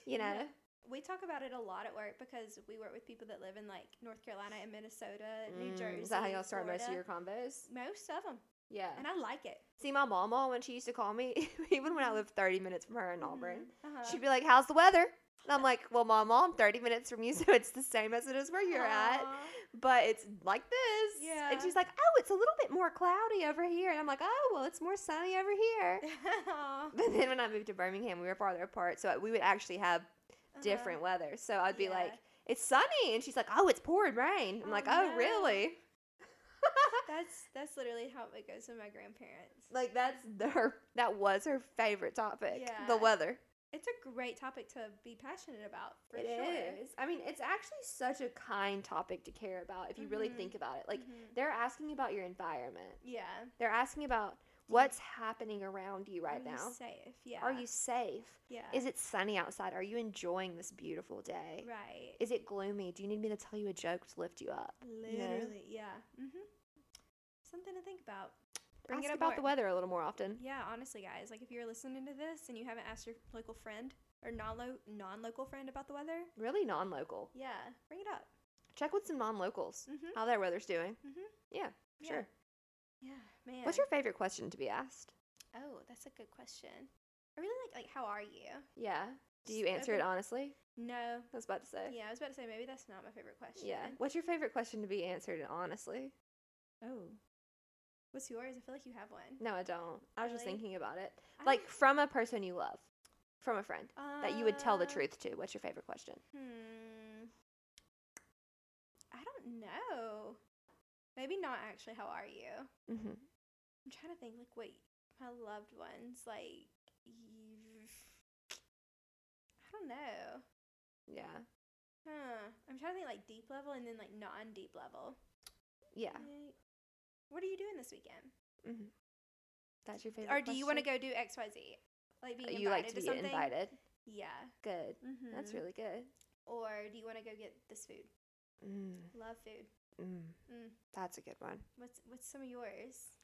[SPEAKER 1] You know.
[SPEAKER 2] Yeah. We talk about it a lot at work because we work with people that live in like North Carolina and Minnesota, New
[SPEAKER 1] Mm,
[SPEAKER 2] Jersey.
[SPEAKER 1] Is that how y'all start most of
[SPEAKER 2] Florida.
[SPEAKER 1] your combos?
[SPEAKER 2] Most of them,
[SPEAKER 1] Yeah.
[SPEAKER 2] and I like it.
[SPEAKER 1] See my mama when she used to call me, even when I lived thirty minutes from her in Auburn,
[SPEAKER 2] Mhm. Mm-hmm. Uh-huh.
[SPEAKER 1] she'd be like, How's the weather? And I'm like, Well, mama, I'm thirty minutes from you, so it's the same as it is where you're at.
[SPEAKER 2] Aw.
[SPEAKER 1] but it's like this.
[SPEAKER 2] Yeah.
[SPEAKER 1] And she's like, oh, it's a little bit more cloudy over here. And I'm like, oh, well, it's more sunny over here.
[SPEAKER 2] Aw. Uh-huh.
[SPEAKER 1] But then when I moved to Birmingham, we were farther apart. So we would actually have different weather. So I'd be
[SPEAKER 2] Uh-huh. Yeah.
[SPEAKER 1] like, it's sunny. And she's like, oh, it's pouring rain. I'm
[SPEAKER 2] Oh,
[SPEAKER 1] like, oh,
[SPEAKER 2] no.
[SPEAKER 1] really?
[SPEAKER 2] Uh-huh. That's that's literally how it goes with my grandparents.
[SPEAKER 1] Like, that's the- her, that was her favorite topic
[SPEAKER 2] Yeah.
[SPEAKER 1] the weather.
[SPEAKER 2] It's a great topic to be passionate about for
[SPEAKER 1] It is.
[SPEAKER 2] sure.
[SPEAKER 1] I mean, it's actually such a kind topic to care about if you really
[SPEAKER 2] Mhm.
[SPEAKER 1] think about it. Like,
[SPEAKER 2] Mhm.
[SPEAKER 1] they're asking about your environment.
[SPEAKER 2] yeah.
[SPEAKER 1] They're asking about what's happening around you right
[SPEAKER 2] Are
[SPEAKER 1] now.
[SPEAKER 2] You safe. Yeah.
[SPEAKER 1] Are you safe?
[SPEAKER 2] Yeah.
[SPEAKER 1] Is it sunny outside? Are you enjoying this beautiful day?
[SPEAKER 2] right?
[SPEAKER 1] Is it gloomy? Do you need me to tell you a joke to lift you up? know?
[SPEAKER 2] Literally. Yeah. Mhm. Something to think about. Bring
[SPEAKER 1] Ask
[SPEAKER 2] it up
[SPEAKER 1] about the
[SPEAKER 2] more.
[SPEAKER 1] weather a little more often.
[SPEAKER 2] Yeah, honestly, guys, like if you're listening to this and you haven't asked your local friend or non non local friend about the weather.
[SPEAKER 1] Really non local.
[SPEAKER 2] Yeah, bring it up.
[SPEAKER 1] Check with some non locals
[SPEAKER 2] Mm-hmm.
[SPEAKER 1] how their weather's doing.
[SPEAKER 2] Mhm.
[SPEAKER 1] Yeah,
[SPEAKER 2] Yeah.
[SPEAKER 1] Oh, sure.
[SPEAKER 2] Yeah, man.
[SPEAKER 1] What's your favorite question to be asked?
[SPEAKER 2] Oh, that's a good question. I really like like how are you?
[SPEAKER 1] Yeah. Do you
[SPEAKER 2] Just
[SPEAKER 1] answer it
[SPEAKER 2] open-
[SPEAKER 1] honestly?
[SPEAKER 2] No.
[SPEAKER 1] I was about to say.
[SPEAKER 2] Yeah, I was about to say maybe that's not my favorite question.
[SPEAKER 1] Uh, Yeah. What's your favorite question to be answered honestly?
[SPEAKER 2] Oh. What's yours? I feel like you have one.
[SPEAKER 1] No, I don't. I was just
[SPEAKER 2] Really?
[SPEAKER 1] thinking about it.
[SPEAKER 2] I
[SPEAKER 1] Like from a person you love, from a friend
[SPEAKER 2] don't-
[SPEAKER 1] that you would tell the
[SPEAKER 2] Uh,
[SPEAKER 1] truth to. What's your favorite question?
[SPEAKER 2] Hmm. I don't know. Maybe not actually. How are you? I'm
[SPEAKER 1] hmm
[SPEAKER 2] trying to think. Like, wait, my loved ones. Like, I don't know.
[SPEAKER 1] Yeah.
[SPEAKER 2] Huh. I'm trying to think like deep level and then like non deep level.
[SPEAKER 1] Yeah.
[SPEAKER 2] Like, What are you doing this weekend?
[SPEAKER 1] hmm That's your favorite.
[SPEAKER 2] Or do you want to go do X Y Z? Like being invited
[SPEAKER 1] You like to
[SPEAKER 2] to
[SPEAKER 1] be
[SPEAKER 2] something.
[SPEAKER 1] invited.
[SPEAKER 2] Yeah.
[SPEAKER 1] Good.
[SPEAKER 2] Mm-hmm.
[SPEAKER 1] That's really good.
[SPEAKER 2] Or do you want to go get this food?
[SPEAKER 1] Mm,
[SPEAKER 2] Love food.
[SPEAKER 1] mm.
[SPEAKER 2] Mm.
[SPEAKER 1] That's a good one.
[SPEAKER 2] What's what's some of yours?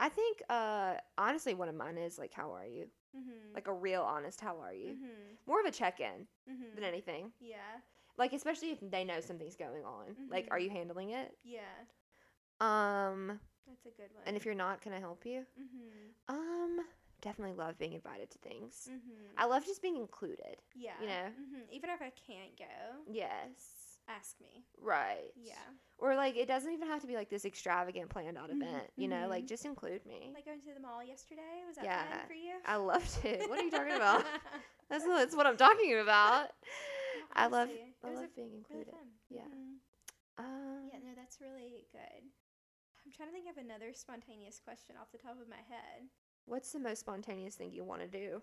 [SPEAKER 1] I think uh honestly one of mine is like how are you?
[SPEAKER 2] Mm-hmm.
[SPEAKER 1] Like a real honest how are you?
[SPEAKER 2] Mm-hmm.
[SPEAKER 1] More of a check-in
[SPEAKER 2] Mm-hmm.
[SPEAKER 1] than anything.
[SPEAKER 2] Yeah.
[SPEAKER 1] Like especially if they know something's going on. Like are
[SPEAKER 2] Mhm.
[SPEAKER 1] you handling it?
[SPEAKER 2] Yeah.
[SPEAKER 1] Um
[SPEAKER 2] That's a good one.
[SPEAKER 1] and if you're not, can I help you?
[SPEAKER 2] Mm-hmm.
[SPEAKER 1] Um definitely love being invited to things.
[SPEAKER 2] Mm-hmm.
[SPEAKER 1] I love just being included.
[SPEAKER 2] Yeah.
[SPEAKER 1] know.
[SPEAKER 2] Mm-hmm. Even if I can't go,
[SPEAKER 1] Yes.
[SPEAKER 2] ask me.
[SPEAKER 1] Right.
[SPEAKER 2] Yeah.
[SPEAKER 1] Or like it doesn't even have to be like this extravagant planned out
[SPEAKER 2] Mhm,
[SPEAKER 1] event, you know, like
[SPEAKER 2] mhm.
[SPEAKER 1] just include me.
[SPEAKER 2] Like going to the mall yesterday. Was that
[SPEAKER 1] Yeah.
[SPEAKER 2] fun for you?
[SPEAKER 1] I loved it. What are you talking about? That's, that's what I'm talking about. I love
[SPEAKER 2] Honestly,
[SPEAKER 1] I
[SPEAKER 2] it was
[SPEAKER 1] love
[SPEAKER 2] a
[SPEAKER 1] being
[SPEAKER 2] really
[SPEAKER 1] included.
[SPEAKER 2] fun.
[SPEAKER 1] Yeah.
[SPEAKER 2] Mhm.
[SPEAKER 1] Um,
[SPEAKER 2] Yeah. No, that's really good. I'm trying to think of another spontaneous question off the top of my head.
[SPEAKER 1] What's the most spontaneous thing you want to do?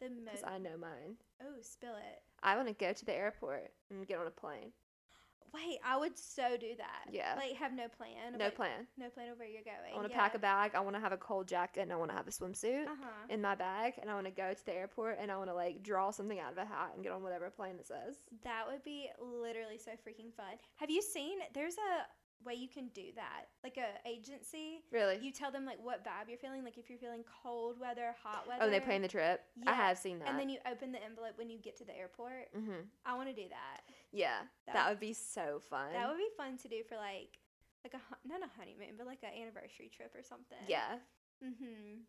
[SPEAKER 2] The
[SPEAKER 1] Because
[SPEAKER 2] most.
[SPEAKER 1] I know mine.
[SPEAKER 2] oh, spill it.
[SPEAKER 1] I want to go to the airport and get on a plane.
[SPEAKER 2] Wait, I would so do that.
[SPEAKER 1] Yeah.
[SPEAKER 2] Like have no plan. of,
[SPEAKER 1] No
[SPEAKER 2] like,
[SPEAKER 1] plan.
[SPEAKER 2] No plan of where you're going.
[SPEAKER 1] I want to pack a bag. I want to have a cold jacket and I want to have a swimsuit
[SPEAKER 2] Uh huh.
[SPEAKER 1] in my bag. And I want to go to the airport and I want to like draw something out of a hat and get on whatever plane it says.
[SPEAKER 2] That would be literally so freaking fun. Have you seen? There's a way you can do that, like a agency.
[SPEAKER 1] Really?
[SPEAKER 2] You tell them like what vibe you're feeling, like if you're feeling cold weather, hot weather.
[SPEAKER 1] oh, they plan the trip. I
[SPEAKER 2] Yeah,
[SPEAKER 1] have seen that.
[SPEAKER 2] And then you open the envelope when you get to the airport.
[SPEAKER 1] hmm
[SPEAKER 2] I want to do that.
[SPEAKER 1] Yeah,
[SPEAKER 2] That
[SPEAKER 1] that,
[SPEAKER 2] would-
[SPEAKER 1] would be so fun.
[SPEAKER 2] That would be fun to do for like like a hu- not a honeymoon, but like an anniversary trip or something.
[SPEAKER 1] yeah.
[SPEAKER 2] Mhm.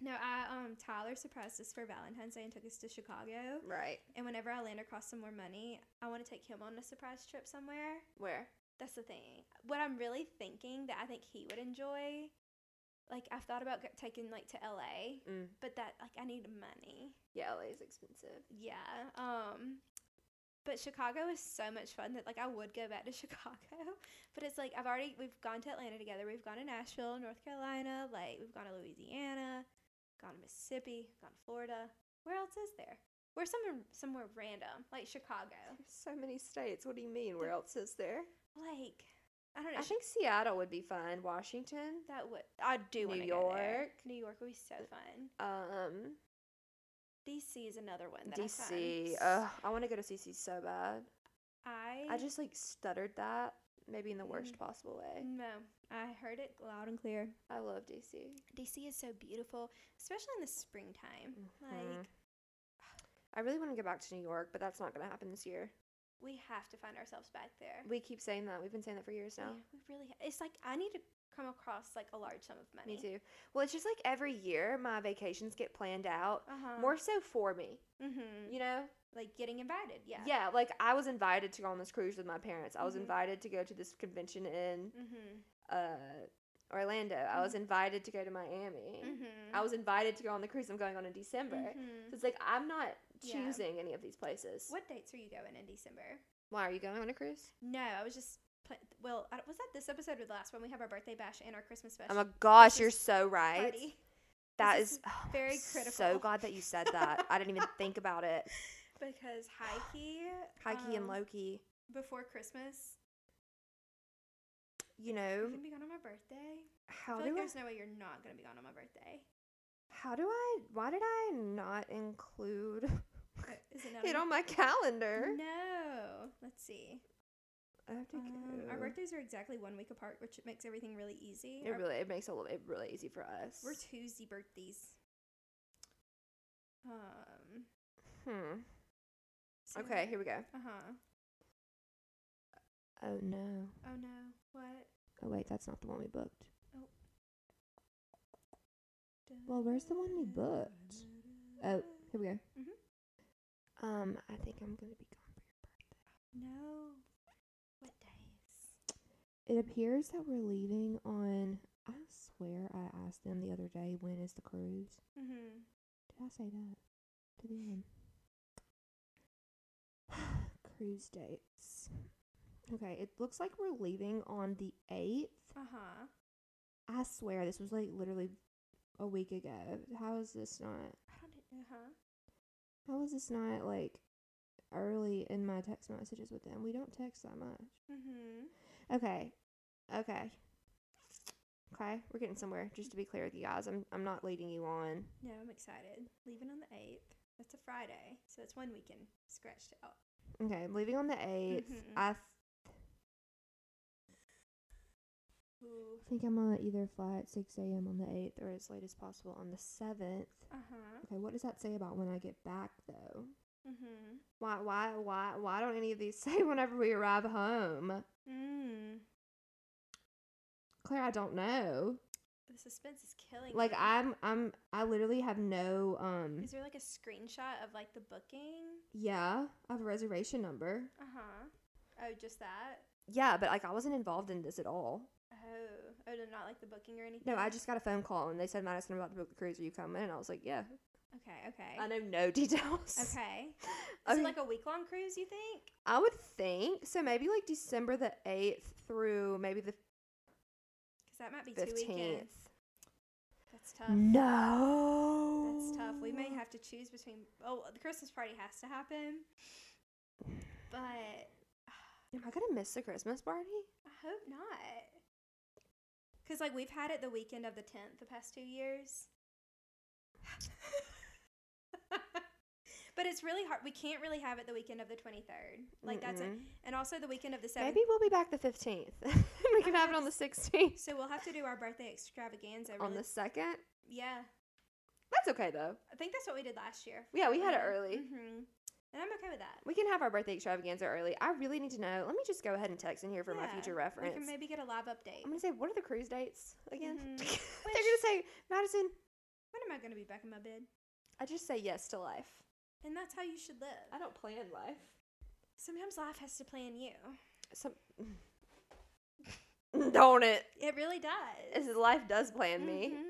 [SPEAKER 2] No, I um Tyler surprised us for Valentine's Day and took us to Chicago.
[SPEAKER 1] Right.
[SPEAKER 2] And whenever I land across some more money, I want to take him on a surprise trip somewhere.
[SPEAKER 1] Where?
[SPEAKER 2] That's the thing. What I'm really thinking that I think he would enjoy, like I've thought about get- taking like to LA,
[SPEAKER 1] Mm.
[SPEAKER 2] but that like I need money.
[SPEAKER 1] Yeah, LA is expensive.
[SPEAKER 2] Yeah. Um, but Chicago is so much fun that like I would go back to Chicago, but it's like I've already we've gone to Atlanta together. We've gone to Nashville, North Carolina. Like we've gone to Louisiana, gone to Mississippi, gone to Florida. Where else is there? We're somewhere somewhere random like Chicago.
[SPEAKER 1] There's so many states. What do you mean? Where else is there?
[SPEAKER 2] Like I don't know.
[SPEAKER 1] I think Seattle would be fun. Washington.
[SPEAKER 2] That would I do
[SPEAKER 1] New
[SPEAKER 2] want to go there.
[SPEAKER 1] York.
[SPEAKER 2] New York would be so fun.
[SPEAKER 1] Um,
[SPEAKER 2] DC is another one. That
[SPEAKER 1] DC.
[SPEAKER 2] I, found.
[SPEAKER 1] Ugh, I want to go to CC so bad.
[SPEAKER 2] I
[SPEAKER 1] I just like stuttered that, maybe in the
[SPEAKER 2] Mm.
[SPEAKER 1] worst possible way.
[SPEAKER 2] no. I heard it loud and clear.
[SPEAKER 1] I love DC.
[SPEAKER 2] DC is so beautiful, especially in the springtime. Like
[SPEAKER 1] Mhm. I really want to go back to New York, but that's not going to happen this year.
[SPEAKER 2] we have to find ourselves back there.
[SPEAKER 1] We keep saying that. We've been saying that for years now.
[SPEAKER 2] We, we really. ha- It's like I need to come across like a large sum of money.
[SPEAKER 1] Me too. Well, it's just like every year my vacations get planned out
[SPEAKER 2] Uh huh.
[SPEAKER 1] more so for me,
[SPEAKER 2] Mm-hmm.
[SPEAKER 1] you know?
[SPEAKER 2] Like getting invited. Yeah.
[SPEAKER 1] Yeah. like I was invited to go on this cruise with my parents. I was
[SPEAKER 2] Mhm.
[SPEAKER 1] invited to go to this convention in
[SPEAKER 2] Mm-hmm.
[SPEAKER 1] uh, Orlando. I was invited to go to Miami.
[SPEAKER 2] Mm-hmm.
[SPEAKER 1] I was invited to go on the cruise I'm going on in December. So it's like I'm not
[SPEAKER 2] Yeah.
[SPEAKER 1] choosing any of these places.
[SPEAKER 2] What dates are you going in December?
[SPEAKER 1] Why are you going on a cruise?
[SPEAKER 2] No, I was just. Pl- well, I don't- was that this episode or the last one? We have our birthday bash and our Christmas bash.
[SPEAKER 1] Oh my gosh,
[SPEAKER 2] is
[SPEAKER 1] you're so right.
[SPEAKER 2] party.
[SPEAKER 1] That
[SPEAKER 2] This
[SPEAKER 1] is,
[SPEAKER 2] is
[SPEAKER 1] oh, I'm
[SPEAKER 2] very
[SPEAKER 1] So
[SPEAKER 2] critical.
[SPEAKER 1] glad that you said that. I didn't even think about it.
[SPEAKER 2] because high key,
[SPEAKER 1] High key and
[SPEAKER 2] um,
[SPEAKER 1] low key.
[SPEAKER 2] before Christmas,
[SPEAKER 1] You
[SPEAKER 2] you're
[SPEAKER 1] know
[SPEAKER 2] gonna be gone on my birthday. I
[SPEAKER 1] how
[SPEAKER 2] feel
[SPEAKER 1] do
[SPEAKER 2] like
[SPEAKER 1] I
[SPEAKER 2] there's no way you're not gonna be gone on my birthday.
[SPEAKER 1] How do I? Why did I not include
[SPEAKER 2] But Uh, Is it not?
[SPEAKER 1] it
[SPEAKER 2] on
[SPEAKER 1] on my calendar?
[SPEAKER 2] No. Let's see.
[SPEAKER 1] I have to
[SPEAKER 2] Um,
[SPEAKER 1] go.
[SPEAKER 2] our birthdays are exactly one week apart, which makes everything really easy.
[SPEAKER 1] It
[SPEAKER 2] Our-
[SPEAKER 1] really it makes it a little, it really easy for us.
[SPEAKER 2] we're Tuesday birthdays. Um,
[SPEAKER 1] Hmm. Okay, here we go.
[SPEAKER 2] Uh huh.
[SPEAKER 1] Oh no.
[SPEAKER 2] Oh no. What?
[SPEAKER 1] Oh wait, that's not the one we booked.
[SPEAKER 2] Da-
[SPEAKER 1] Well, where's the one we booked? Oh, here we go.
[SPEAKER 2] Mhm.
[SPEAKER 1] Um, I think I'm gonna be gone for your birthday.
[SPEAKER 2] No. What days?
[SPEAKER 1] It appears that we're leaving on. I swear I asked them the other day when is the cruise.
[SPEAKER 2] Mhm.
[SPEAKER 1] Did I say that? To the end. cruise dates. Okay, it looks like we're leaving on the 8th.
[SPEAKER 2] Uh huh.
[SPEAKER 1] I swear this was like literally a week ago. How is this not?
[SPEAKER 2] I don't know. Huh?
[SPEAKER 1] How is this not like early in my text messages with them? We don't text that much.
[SPEAKER 2] Mhm.
[SPEAKER 1] Okay. Okay. Okay, we're getting somewhere. Just to be clear with you guys, I'm I'm not leading you on.
[SPEAKER 2] No, I'm excited. Leaving on the eighth. That's a Friday, so that's one weekend scratched out.
[SPEAKER 1] Okay, I'm leaving on the 8th.
[SPEAKER 2] Mhm.
[SPEAKER 1] I
[SPEAKER 2] Ooh.
[SPEAKER 1] think I'm gonna either fly at 6 a.m. on the 8th or as late as possible on the 7th.
[SPEAKER 2] Uh huh.
[SPEAKER 1] Okay, what does that say about when I get back though?
[SPEAKER 2] Mhm.
[SPEAKER 1] Why why why why don't any of these say whenever we arrive home?
[SPEAKER 2] Mm.
[SPEAKER 1] Claire, I don't know.
[SPEAKER 2] The suspense is killing.
[SPEAKER 1] Like
[SPEAKER 2] me.
[SPEAKER 1] I'm I'm I literally have no um
[SPEAKER 2] Is there like a screenshot of like the booking?
[SPEAKER 1] yeah, I have a reservation number.
[SPEAKER 2] Uh huh. Oh, just that.
[SPEAKER 1] Yeah, but like I wasn't involved in this at all.
[SPEAKER 2] Oh, oh, no, not like the booking or anything.
[SPEAKER 1] No, I just got a phone call and they said Madison, I'm about to book the cruise. Are you coming? And I was like, yeah.
[SPEAKER 2] Okay. Okay.
[SPEAKER 1] I know no details.
[SPEAKER 2] Okay. Is
[SPEAKER 1] Okay.
[SPEAKER 2] it like a week long cruise, you think?
[SPEAKER 1] I would think so. Maybe like December the eighth through maybe the
[SPEAKER 2] Because that might be two
[SPEAKER 1] fifteenth.
[SPEAKER 2] weekends. That's tough.
[SPEAKER 1] No,
[SPEAKER 2] That's tough. We may have to choose between. Oh, the Christmas party has to happen. But I
[SPEAKER 1] Am I gonna miss the Christmas party?
[SPEAKER 2] hope not. Because, like, we've had it the weekend of the 10th the past two years. but it's really hard. We can't really have it the weekend of the 23rd. Like, that's it.
[SPEAKER 1] Mm-mm.
[SPEAKER 2] And also the weekend of the 7th.
[SPEAKER 1] Maybe we'll be back the fifteenth. we can have it on the sixteenth,
[SPEAKER 2] So we'll have to do our birthday extravaganza.
[SPEAKER 1] on
[SPEAKER 2] really-
[SPEAKER 1] the second.
[SPEAKER 2] yeah.
[SPEAKER 1] That's okay though.
[SPEAKER 2] I think that's what we did last year.
[SPEAKER 1] Yeah, we had it early.
[SPEAKER 2] hmm And I'm okay with that.
[SPEAKER 1] We can have our birthday extravaganza early. I really need to know. Let me just go ahead and text in here for my
[SPEAKER 2] Yeah,
[SPEAKER 1] future
[SPEAKER 2] We
[SPEAKER 1] reference.
[SPEAKER 2] can maybe get a live update.
[SPEAKER 1] I'm gonna say, what are the cruise dates again?
[SPEAKER 2] Mhm.
[SPEAKER 1] They're gonna say, Madison,
[SPEAKER 2] When am I going to be back in my bed?
[SPEAKER 1] I just say yes to life.
[SPEAKER 2] And that's how you should live.
[SPEAKER 1] don't plan life.
[SPEAKER 2] Sometimes life has to plan you.
[SPEAKER 1] Some don't it?
[SPEAKER 2] It really does.
[SPEAKER 1] It's- Life does plan me.
[SPEAKER 2] Mhm.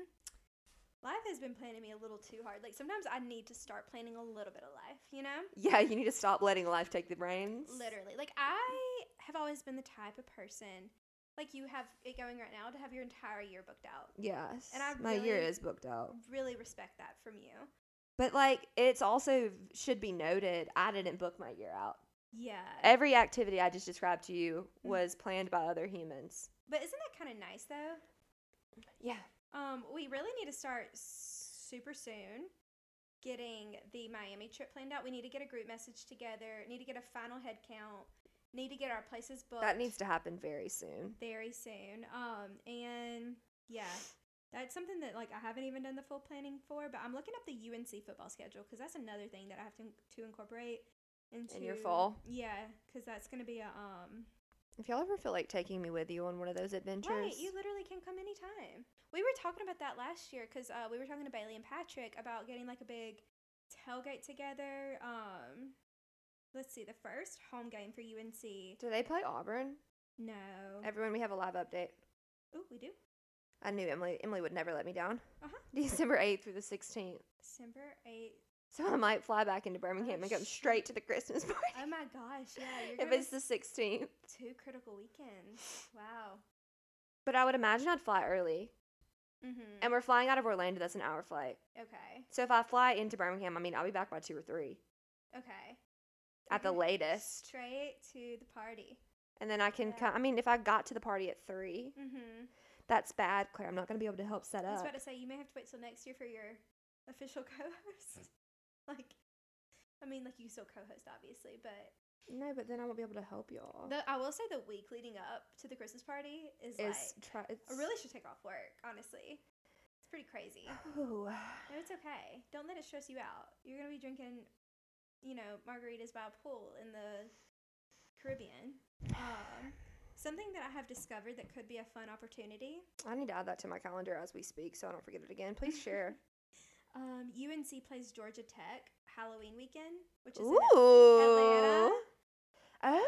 [SPEAKER 2] Life has been planning me a little too hard. Like sometimes I need to start planning a little bit of life, you know?
[SPEAKER 1] Yeah, you need to stop letting life take the reins.
[SPEAKER 2] Literally. Like I have always been the type of person, like you have it going right now, to have your entire year booked out.
[SPEAKER 1] Yes.
[SPEAKER 2] And I
[SPEAKER 1] my year
[SPEAKER 2] really-
[SPEAKER 1] is booked out.
[SPEAKER 2] Really respect that from you.
[SPEAKER 1] But like, it's also should be noted, I didn't book my year out.
[SPEAKER 2] Yeah.
[SPEAKER 1] Every activity I just described to you
[SPEAKER 2] Mhm.
[SPEAKER 1] was planned by other humans.
[SPEAKER 2] But isn't that kind of nice though?
[SPEAKER 1] Yeah.
[SPEAKER 2] Um, we really need to start super soon getting the Miami trip planned out. We need to get a group message together, need to get a final head count, need to get our places booked
[SPEAKER 1] That needs to happen very soon.
[SPEAKER 2] very soon. Um, and yeah, that's something that like I haven't even done the full planning for, but I'm looking up the UNC football schedule because that's another thing that I have to to incorporate into
[SPEAKER 1] your fall?
[SPEAKER 2] Yeah, because that's gonna be a um.
[SPEAKER 1] If y'all ever feel like taking me with you on one of those adventures,
[SPEAKER 2] Right, you literally can come anytime. We were talking about that last year because uh, we were talking to Bailey and Patrick about getting like a big tailgate together. Um, let's see, the first home game for UNC.
[SPEAKER 1] do they play Auburn?
[SPEAKER 2] No.
[SPEAKER 1] Everyone, we have a live update.
[SPEAKER 2] Oh, we do.
[SPEAKER 1] I knew Emily. Emily would never let me down.
[SPEAKER 2] Uh-huh.
[SPEAKER 1] December eighth through the sixteenth.
[SPEAKER 2] December eighth.
[SPEAKER 1] So I might fly back into Birmingham and come
[SPEAKER 2] shoot.
[SPEAKER 1] straight to the Christmas party.
[SPEAKER 2] Oh my gosh, yeah, you're
[SPEAKER 1] if
[SPEAKER 2] going
[SPEAKER 1] it's the sixteenth.
[SPEAKER 2] two critical weekends. Wow.
[SPEAKER 1] But I would imagine I'd fly early.
[SPEAKER 2] Mm-hmm.
[SPEAKER 1] And we're flying out of Orlando. That's an hour flight.
[SPEAKER 2] Okay.
[SPEAKER 1] So if I fly into Birmingham, I mean, I'll be back by two or three
[SPEAKER 2] Okay.
[SPEAKER 1] at the
[SPEAKER 2] Okay.
[SPEAKER 1] latest.
[SPEAKER 2] Straight to the party.
[SPEAKER 1] And then I can
[SPEAKER 2] Yeah.
[SPEAKER 1] come. I mean, if I got to the party at three,
[SPEAKER 2] Mm-hmm.
[SPEAKER 1] that's bad, Claire. I'm not going to be able to help set
[SPEAKER 2] I was
[SPEAKER 1] up.
[SPEAKER 2] about to say you may have to wait till next year for your official co-host. like, I mean, like you can still co-host obviously, but
[SPEAKER 1] No, but then I won't be able to help y'all.
[SPEAKER 2] the, I will say the week leading up to the Christmas party is,
[SPEAKER 1] It's, try,
[SPEAKER 2] like
[SPEAKER 1] it's
[SPEAKER 2] I really should take off work. Honestly, it's pretty crazy.
[SPEAKER 1] Ooh.
[SPEAKER 2] No, it's okay. Don't let it stress you out. You're gonna be drinking you know, margaritas by a pool in the Caribbean. Um, something that I have discovered that could be a fun opportunity.
[SPEAKER 1] I need to add that to my calendar as we speak so I don't forget it again. Please share.
[SPEAKER 2] Um, UNC plays Georgia Tech Halloween weekend, which is in
[SPEAKER 1] Ooh.
[SPEAKER 2] Atlanta.
[SPEAKER 1] Oh.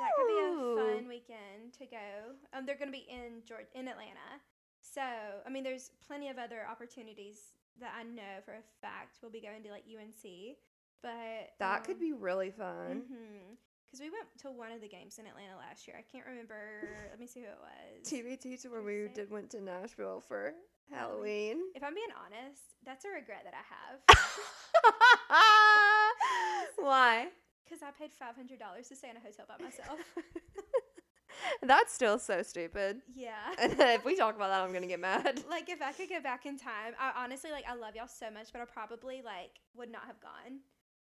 [SPEAKER 2] That could be a fun weekend to go. Um, they're going to be in Georgia, in Atlanta. So, I mean, there's plenty of other opportunities that I know for a fact will be going to like UNC, but
[SPEAKER 1] That could
[SPEAKER 2] um,
[SPEAKER 1] be really fun.
[SPEAKER 2] Mm-hmm. Because we went to one of the games in Atlanta last year. I can't remember. Let me see who it was.
[SPEAKER 1] TBT to when we
[SPEAKER 2] Interesting.
[SPEAKER 1] did went to Nashville for Halloween.
[SPEAKER 2] Halloween. If I'm being honest, that's a regret that I have.
[SPEAKER 1] Why?
[SPEAKER 2] Because I paid $500 to stay in a hotel by myself.
[SPEAKER 1] That's still so stupid.
[SPEAKER 2] yeah.
[SPEAKER 1] if we talk about that, I'm going to get mad.
[SPEAKER 2] like, if I could go back in time, I honestly, like, I love y'all so much, but I probably, like, would not have gone.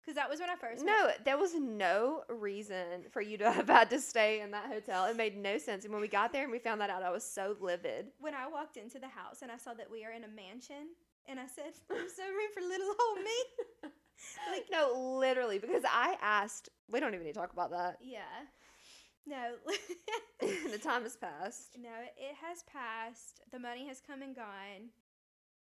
[SPEAKER 2] Because that was when I first went-
[SPEAKER 1] No, there was no reason for you to have had to stay in that hotel. It made no sense. And when we got there and we found that out, I was so livid.
[SPEAKER 2] When I walked into the house and I saw that we are in a mansion, and I said, there's no room for little old me.
[SPEAKER 1] Like, no, literally, because I asked, we don't even need to talk about that.
[SPEAKER 2] Yeah. No.
[SPEAKER 1] the time has passed.
[SPEAKER 2] No, it- it has passed. The money has come and gone.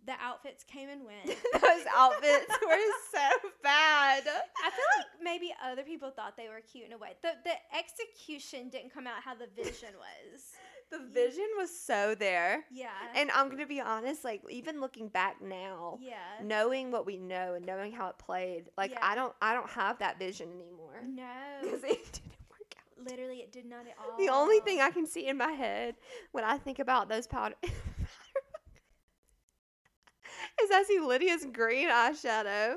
[SPEAKER 2] The outfits came and went.
[SPEAKER 1] Those outfits were so bad.
[SPEAKER 2] I feel like maybe other people thought they were cute in a way. The the execution didn't come out how the vision was.
[SPEAKER 1] The vision was so there.
[SPEAKER 2] Yeah.
[SPEAKER 1] And I'm going to be honest, like, even looking back now,
[SPEAKER 2] yeah.
[SPEAKER 1] knowing what we know and knowing how it played, like,
[SPEAKER 2] Yeah.
[SPEAKER 1] I don't I don't have that vision anymore.
[SPEAKER 2] No.
[SPEAKER 1] Because it didn't work out.
[SPEAKER 2] Literally it did not at all.
[SPEAKER 1] The only thing I can see in my head when I think about those powder is I see Lydia's green eyeshadow.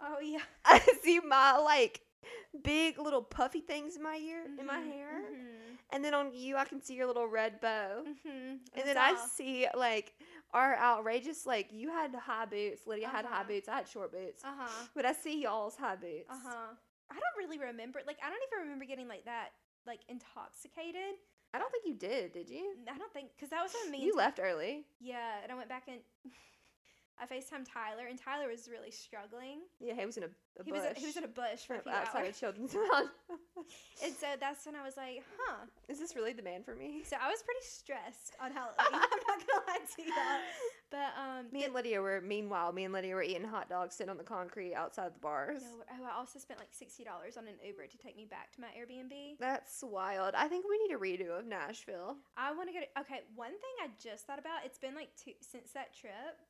[SPEAKER 2] Oh yeah.
[SPEAKER 1] I see my like big little puffy things in my ear in
[SPEAKER 2] Mm-hmm.
[SPEAKER 1] my hair. And then on you I can see your little red bow.
[SPEAKER 2] Mm-hmm.
[SPEAKER 1] And then I see like our outrageous like you had high boots, Lydia had high
[SPEAKER 2] Uh-huh.
[SPEAKER 1] boots, I had short boots.
[SPEAKER 2] Uh-huh.
[SPEAKER 1] But I see y'all's high boots.
[SPEAKER 2] Uh huh. I don't really remember like I don't even remember getting like that like intoxicated.
[SPEAKER 1] I don't think you did, did you?
[SPEAKER 2] I don't think because that was when me and
[SPEAKER 1] You left early.
[SPEAKER 2] Yeah, and I went back and I FaceTimed Tyler, and Tyler was really struggling.
[SPEAKER 1] Yeah, he was in a, a
[SPEAKER 2] he
[SPEAKER 1] bush.
[SPEAKER 2] was in- he was in a bush for a
[SPEAKER 1] Right,
[SPEAKER 2] few
[SPEAKER 1] outside
[SPEAKER 2] hours,
[SPEAKER 1] of children's lounge.
[SPEAKER 2] and so that's when I was like, huh.
[SPEAKER 1] Is this really the man for me?
[SPEAKER 2] So I was pretty stressed on Halloween. I'm not gonna lie to y'all, but um,
[SPEAKER 1] me and Lydia were meanwhile, me and Lydia were eating hot dogs sitting on the concrete outside the bars.
[SPEAKER 2] yo, oh, I also spent like sixty dollars on an Uber to take me back to my Airbnb.
[SPEAKER 1] That's wild. I think we need a redo of Nashville.
[SPEAKER 2] I want to go to. Okay, one thing I just thought about. It's been like two since that trip.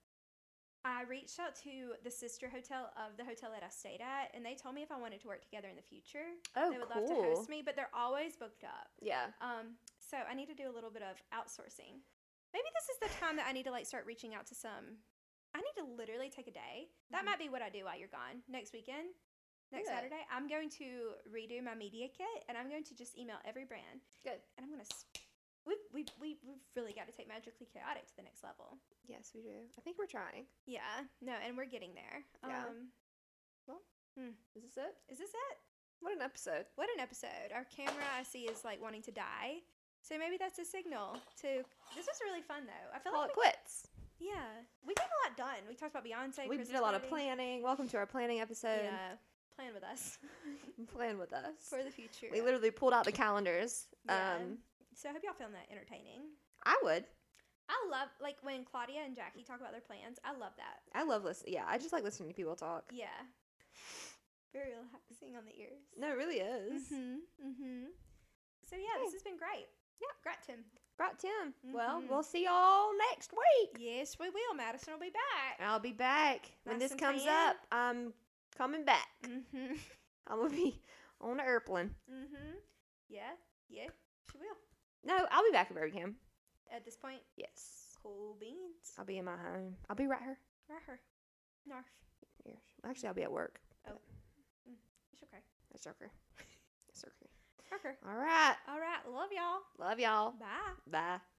[SPEAKER 2] I reached out to the sister hotel of the hotel that I stayed at, and they told me if I wanted to work together in the future,
[SPEAKER 1] Oh,
[SPEAKER 2] they would
[SPEAKER 1] cool.
[SPEAKER 2] love to host me, but they're always booked up.
[SPEAKER 1] Yeah.
[SPEAKER 2] Um, so I need to do a little bit of outsourcing. Maybe this is the time that I need to like start reaching out to some. I need to literally take a day. That
[SPEAKER 1] Mhm.
[SPEAKER 2] might be what I do while you're gone next weekend. Next
[SPEAKER 1] Yeah.
[SPEAKER 2] Saturday, I'm going to redo my media kit, and I'm going to just email every brand,
[SPEAKER 1] Good.
[SPEAKER 2] and I'm gonna. s we we we we've really got to take magically chaotic to the next level.
[SPEAKER 1] Yes, we do. I think we're trying.
[SPEAKER 2] Yeah, no, and we're getting there.
[SPEAKER 1] Yeah.
[SPEAKER 2] Um,
[SPEAKER 1] Is this it?
[SPEAKER 2] is this it?
[SPEAKER 1] What an episode.
[SPEAKER 2] What an episode! Our camera, I see, is like wanting to die. So maybe that's a signal to. This was really fun though. I feel
[SPEAKER 1] Call
[SPEAKER 2] like
[SPEAKER 1] it
[SPEAKER 2] we
[SPEAKER 1] quits.
[SPEAKER 2] Yeah, we got a lot done. We talked about Beyonce.
[SPEAKER 1] We did
[SPEAKER 2] Christmas
[SPEAKER 1] a lot of
[SPEAKER 2] party.
[SPEAKER 1] planning. Welcome to our planning episode.
[SPEAKER 2] Yeah, plan with us
[SPEAKER 1] Plan with us.
[SPEAKER 2] for the future.
[SPEAKER 1] We literally pulled out the calendars.
[SPEAKER 2] Yeah.
[SPEAKER 1] Um,
[SPEAKER 2] so I hope y'all found that entertaining.
[SPEAKER 1] I would.
[SPEAKER 2] I love like when Claudia and Jackie talk about their plans. I love that.
[SPEAKER 1] I love listening. Yeah, I just like listening to people talk.
[SPEAKER 2] Yeah, very relaxing on the ears.
[SPEAKER 1] No, it really is.
[SPEAKER 2] Mhm. Mhm. So yeah,
[SPEAKER 1] Okay.
[SPEAKER 2] this has been great. Yeah, great Tim.
[SPEAKER 1] Right, Tim. Well,
[SPEAKER 2] Mhm.
[SPEAKER 1] we'll see y'all next week.
[SPEAKER 2] Yes, we will. Madison will be back.
[SPEAKER 1] I'll be back. when
[SPEAKER 2] Nice
[SPEAKER 1] this
[SPEAKER 2] and
[SPEAKER 1] comes
[SPEAKER 2] tan.
[SPEAKER 1] up, I'm coming back.
[SPEAKER 2] Mhm.
[SPEAKER 1] I'm going to be on an airplane.
[SPEAKER 2] Mhm. Yeah. Yeah. She will.
[SPEAKER 1] No, I'll be back in Birmingham.
[SPEAKER 2] At this point,
[SPEAKER 1] Yes.
[SPEAKER 2] cool beans.
[SPEAKER 1] I'll be in my home. I'll be right here.
[SPEAKER 2] Right her. Narf.
[SPEAKER 1] here. Actually, I'll be at work.
[SPEAKER 2] It's okay.
[SPEAKER 1] That's okay. That's okay.
[SPEAKER 2] Parker.
[SPEAKER 1] All right.
[SPEAKER 2] All right. Love y'all.
[SPEAKER 1] Love y'all.
[SPEAKER 2] Bye.
[SPEAKER 1] Bye.